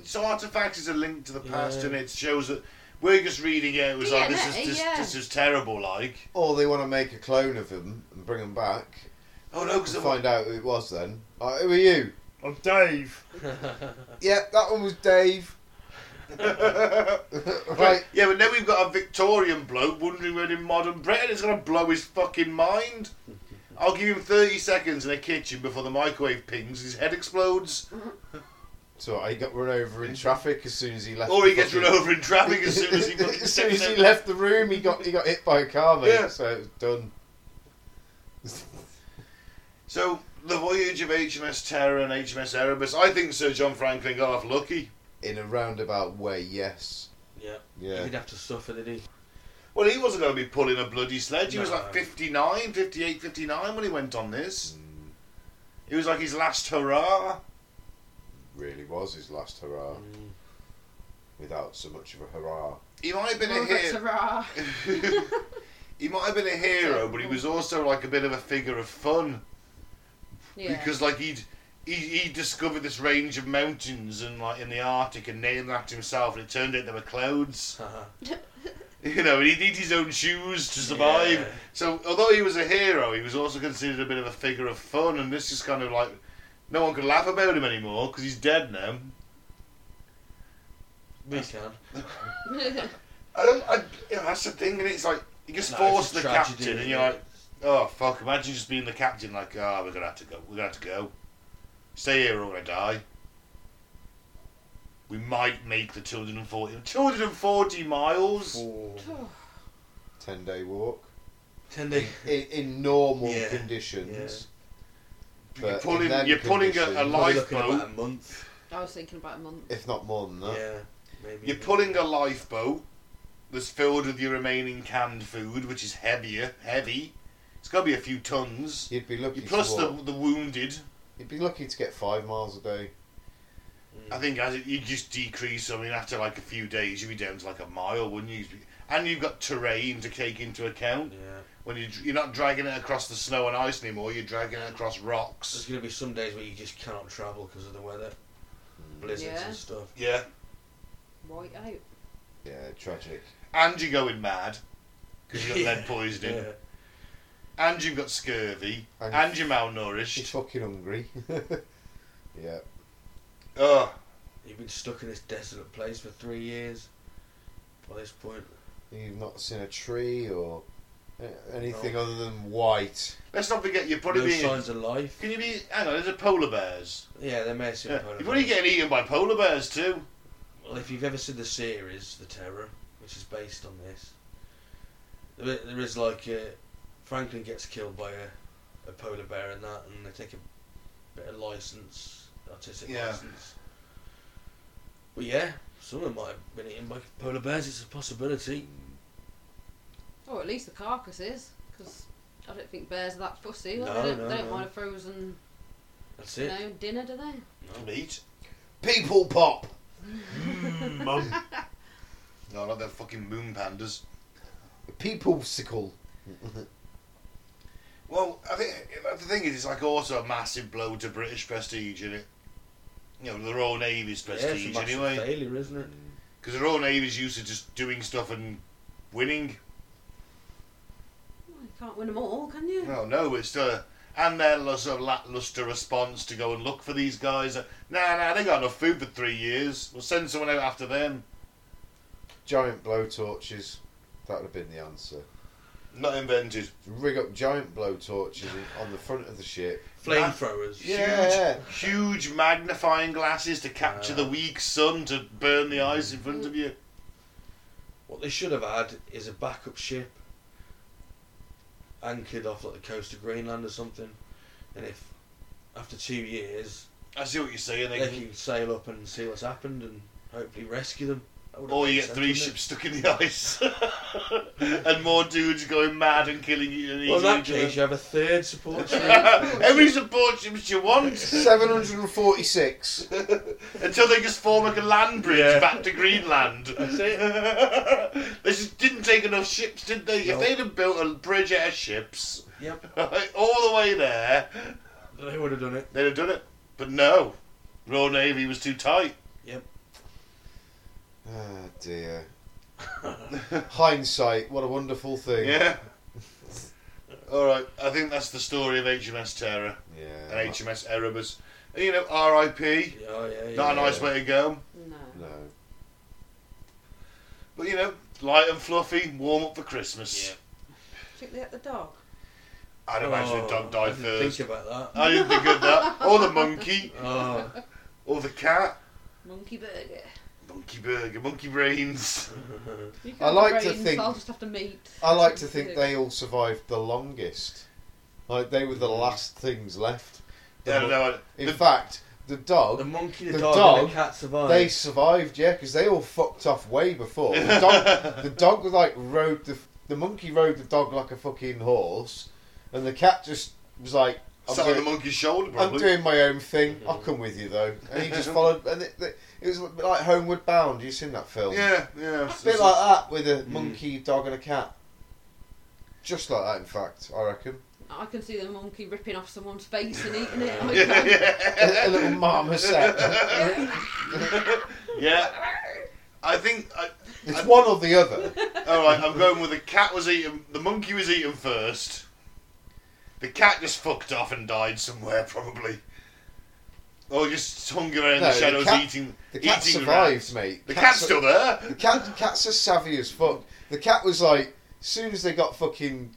So artifacts is a link to the past,
Yeah.
and it shows that we're just reading it. It was like this is
DNA,
this,
yeah.
this is terrible. Like
Or they want to make a clone of him and bring him back.
oh no,
and
because
find out who it was then. Like, who are you?
I'm Dave.
Yeah, that one was Dave. right.
Yeah, but now we've got a Victorian bloke wondering where in modern Britain it's gonna blow his fucking mind. I'll give him thirty seconds in a kitchen before the microwave pings, his head explodes,
So I got run over in traffic as soon as he left.
or he
the
gets run
fucking-
over in traffic as soon as he fucking
As soon as
steps
he
out.
left the room, he got he got hit by a car, mate.
Yeah.
So it was done.
So the voyage of HMS Terror and HMS Erebus, I think Sir John Franklin got off lucky.
In a roundabout way, yes.
yeah. He
Yeah.
didn't have to suffer, did he?
Well, he wasn't going to be pulling a bloody sledge. He was
No.
like 59, 58, 59 when he went on this. It was like his last hurrah.
Really was his last hurrah
Mm.
without so much of a hurrah.
He might have been a
Oh, that's
hero.
raw.
he might have been a hero, but he was also like a bit of a figure of fun
Yeah.
because like he'd he, he discovered this range of mountains and like in the Arctic and named that himself, and it turned out there were clouds.
Uh-huh.
You know, and he'd need his own shoes to survive.
Yeah.
So, although he was a hero, he was also considered a bit of a figure of fun, and this is kind of like no one could laugh about him anymore because he's dead now.
We can.
I don't, I, you know, that's the thing, and it's like you just
No,
force
it's a
the
tragedy,
captain, and
isn't
you're
it?
like, oh fuck! Imagine just being the captain, like, ah, we're gonna have to go. We're gonna have to go. Stay here, or we're gonna die. We might make the 240, 240 miles.
Four.
Ten day walk
Ten day.
in, in normal
Yeah.
conditions.
You're
But
pulling,
in them
you're pulling a, a
conditions-
Probably looking
lifeboat.
about a month.
I was thinking about a month.
if not more than that.
Yeah, maybe.
You're pulling a lifeboat that's filled with your remaining canned food, which is heavier, heavy. It's got to be a few tons.
You'd be lucky.
You plus
to
the
walk.
the wounded.
You'd be lucky to get five miles a day.
I think as it, you just decrease. I mean, after like a few days, you'd be down to like a mile, wouldn't you? And you've got terrain to take into account.
Yeah,
When you, you're not dragging it across the snow and ice anymore, you're dragging it across
there's
rocks.
gonna be some days where you just cannot travel because of the weather,
Mm.
blizzards
Yeah.
and stuff.
Yeah,
Right out.
Yeah, tragic.
and you're going mad because you've got lead poisoning,
Yeah.
and you've got scurvy,
And-
and you're
She's
malnourished.
fucking hungry. yeah.
Ugh.
You've been stuck in this desolate place for three years. By this point,
You've not seen a tree or a- anything other than white.
Let's not forget you're probably
no
being.
signs of life.
Can you be? Hang on, there's a polar bears.
Yeah, they're messing.
Yeah. You're probably getting eaten by polar bears too.
Well, if you've ever seen the series The Terror, which is based on this, there i- there is like a, Franklin gets killed by a, a polar bear and that, and they take a bit of license, artistic
Yeah.
license. But yeah, someone might have been eaten by polar bears. It's a possibility.
Or Oh, at least the carcasses, because I don't think bears are that fussy. like,
No,
they don't,
no,
they don't
no.
mind a frozen
That's
you
it.
know, dinner, do they?
Meat.
People pop.
Mum. No, not that fucking moon pandas.
People sickle.
Well, I think uh, the thing is, it's like also a massive blow to British prestige, isn't it? You know, the Royal Navy's
Yeah, it's a
prestige,
massive
anyway. Mm.
failure, isn't it?
Because the Royal Navy's used to just doing stuff and winning.
Well, Oh, you can't win them all, can you?
No, no, it's still. A, and their lu- sort of lackluster response to go and look for these guys. Nah, nah, they got enough food for three years. We'll send someone out after them.
Giant blowtorches. That would have been the answer.
Not invented.
Rig up giant blowtorches in- on the front of the ship.
Flamethrowers.
Yeah.
Huge, huge magnifying glasses to capture the weak sun to burn the ice in front of you.
What they should have had is a backup ship anchored off like the coast of Greenland or something. And if after two years
I see what you're saying.
they
They can-
can sail up and see what's happened and hopefully rescue them. That would have
or
made
you get
sense,
three
wouldn't it?
ships stuck in the ice, and more dudes going mad and killing you. And
Well, in
eating
that
each
case, you have a third support ship.
other. Every support ships you want
746.
until they just form like a land bridge
Yeah.
back to Greenland.
That's it.
they just didn't take enough ships, did they?
No.
If they'd have built a bridge out of ships
Yep,
all the way there,
they would have done it.
They'd have done it. But no. Royal Navy was too tight.
Ah dear. Hindsight, what a wonderful thing.
Yeah. Alright, I think that's the story of HMS Terror
Yeah.
and HMS Erebus. And, you know, RIP.
Yeah, oh, yeah, yeah.
Not a nice way to go.
No.
No.
But, you know, light and fluffy, warm up for Christmas.
Yeah.
Should they at the dog?
I'd imagine
Oh,
the dog
I
died
didn't
first.
Think about that.
I didn't think of that. Or the monkey.
Oh,
Or the cat.
Monkey burger.
Monkey burger, monkey brains.
You can
I
have
like
the
to
reins,
think-
I'll just have the meat.
I like to think they all survived the longest. Like they were the last things left.
I don't know.
In
The-
fact, the dog,
the monkey, the,
The
dog,
dog,
and the cat survived.
they survived, yeah, because they all fucked off way before. The dog, the dog like rode the the monkey rode the dog like a fucking horse, and the cat just was like, I'm,
Sat on the
doing,
monkey's shoulder,
I'm
probably.
doing my own thing. I'll come with you though." And he just followed, and it, it, it was a bit like Homeward Bound. You seen that film?
yeah, Mm. yeah.
A bit like that with a monkey, dog, and a cat. Just like that, in fact, I reckon.
I can see the monkey ripping off someone's face and eating it. I
Yeah,
can.
yeah.
a, a little marmoset.
yeah. I think. I,
It's one or the other.
all right, I'm going with the cat was eaten. The monkey was eaten first. The cat just fucked off and died somewhere, probably. Or just hung around the
No, the
shadows
cat-
eating.
The cat
eating
survived,
rats.
mate.
The cat's
su-
still there.
The cat, the cat's as savvy as fuck. The cat was like, as soon as they got fucking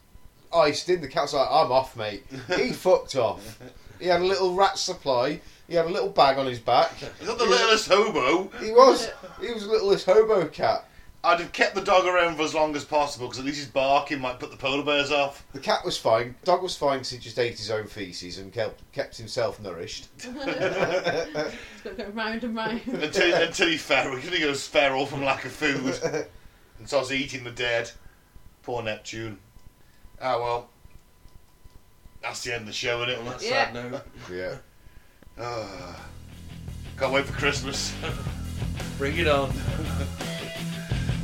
iced in, the cat's like, I'm off, mate. He fucked off. He had a little rat supply. He had a little bag on his back.
He's not the littlest hobo.
He was, he was a littlest hobo cat.
I'd have kept the dog around for as long as possible because at least his barking might put the polar bears off.
The cat was fine. Dog was fine because he just ate his own feces and kept kept himself nourished.
It's got to go round and round.
Until, until he feral. He goes feral from lack of food and starts eating the dead. Poor Neptune. Ah, well. That's the end of the show,
On
isn't it?
that
Yeah.
sad note,
yeah.
Ah. can't wait for Christmas.
bring it on.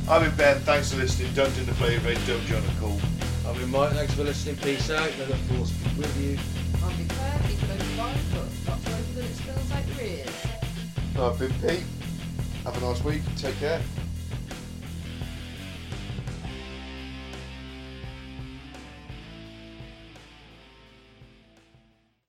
I've been Ben. Thanks for listening. Don't do the play rate. Don't join the call.
I've been Mike. Thanks for listening. Peace out. May the force be with you.
I'll be fair, people over five foot, not so over that it spills out your ears.
I've been Pete. Have a nice week. Take care.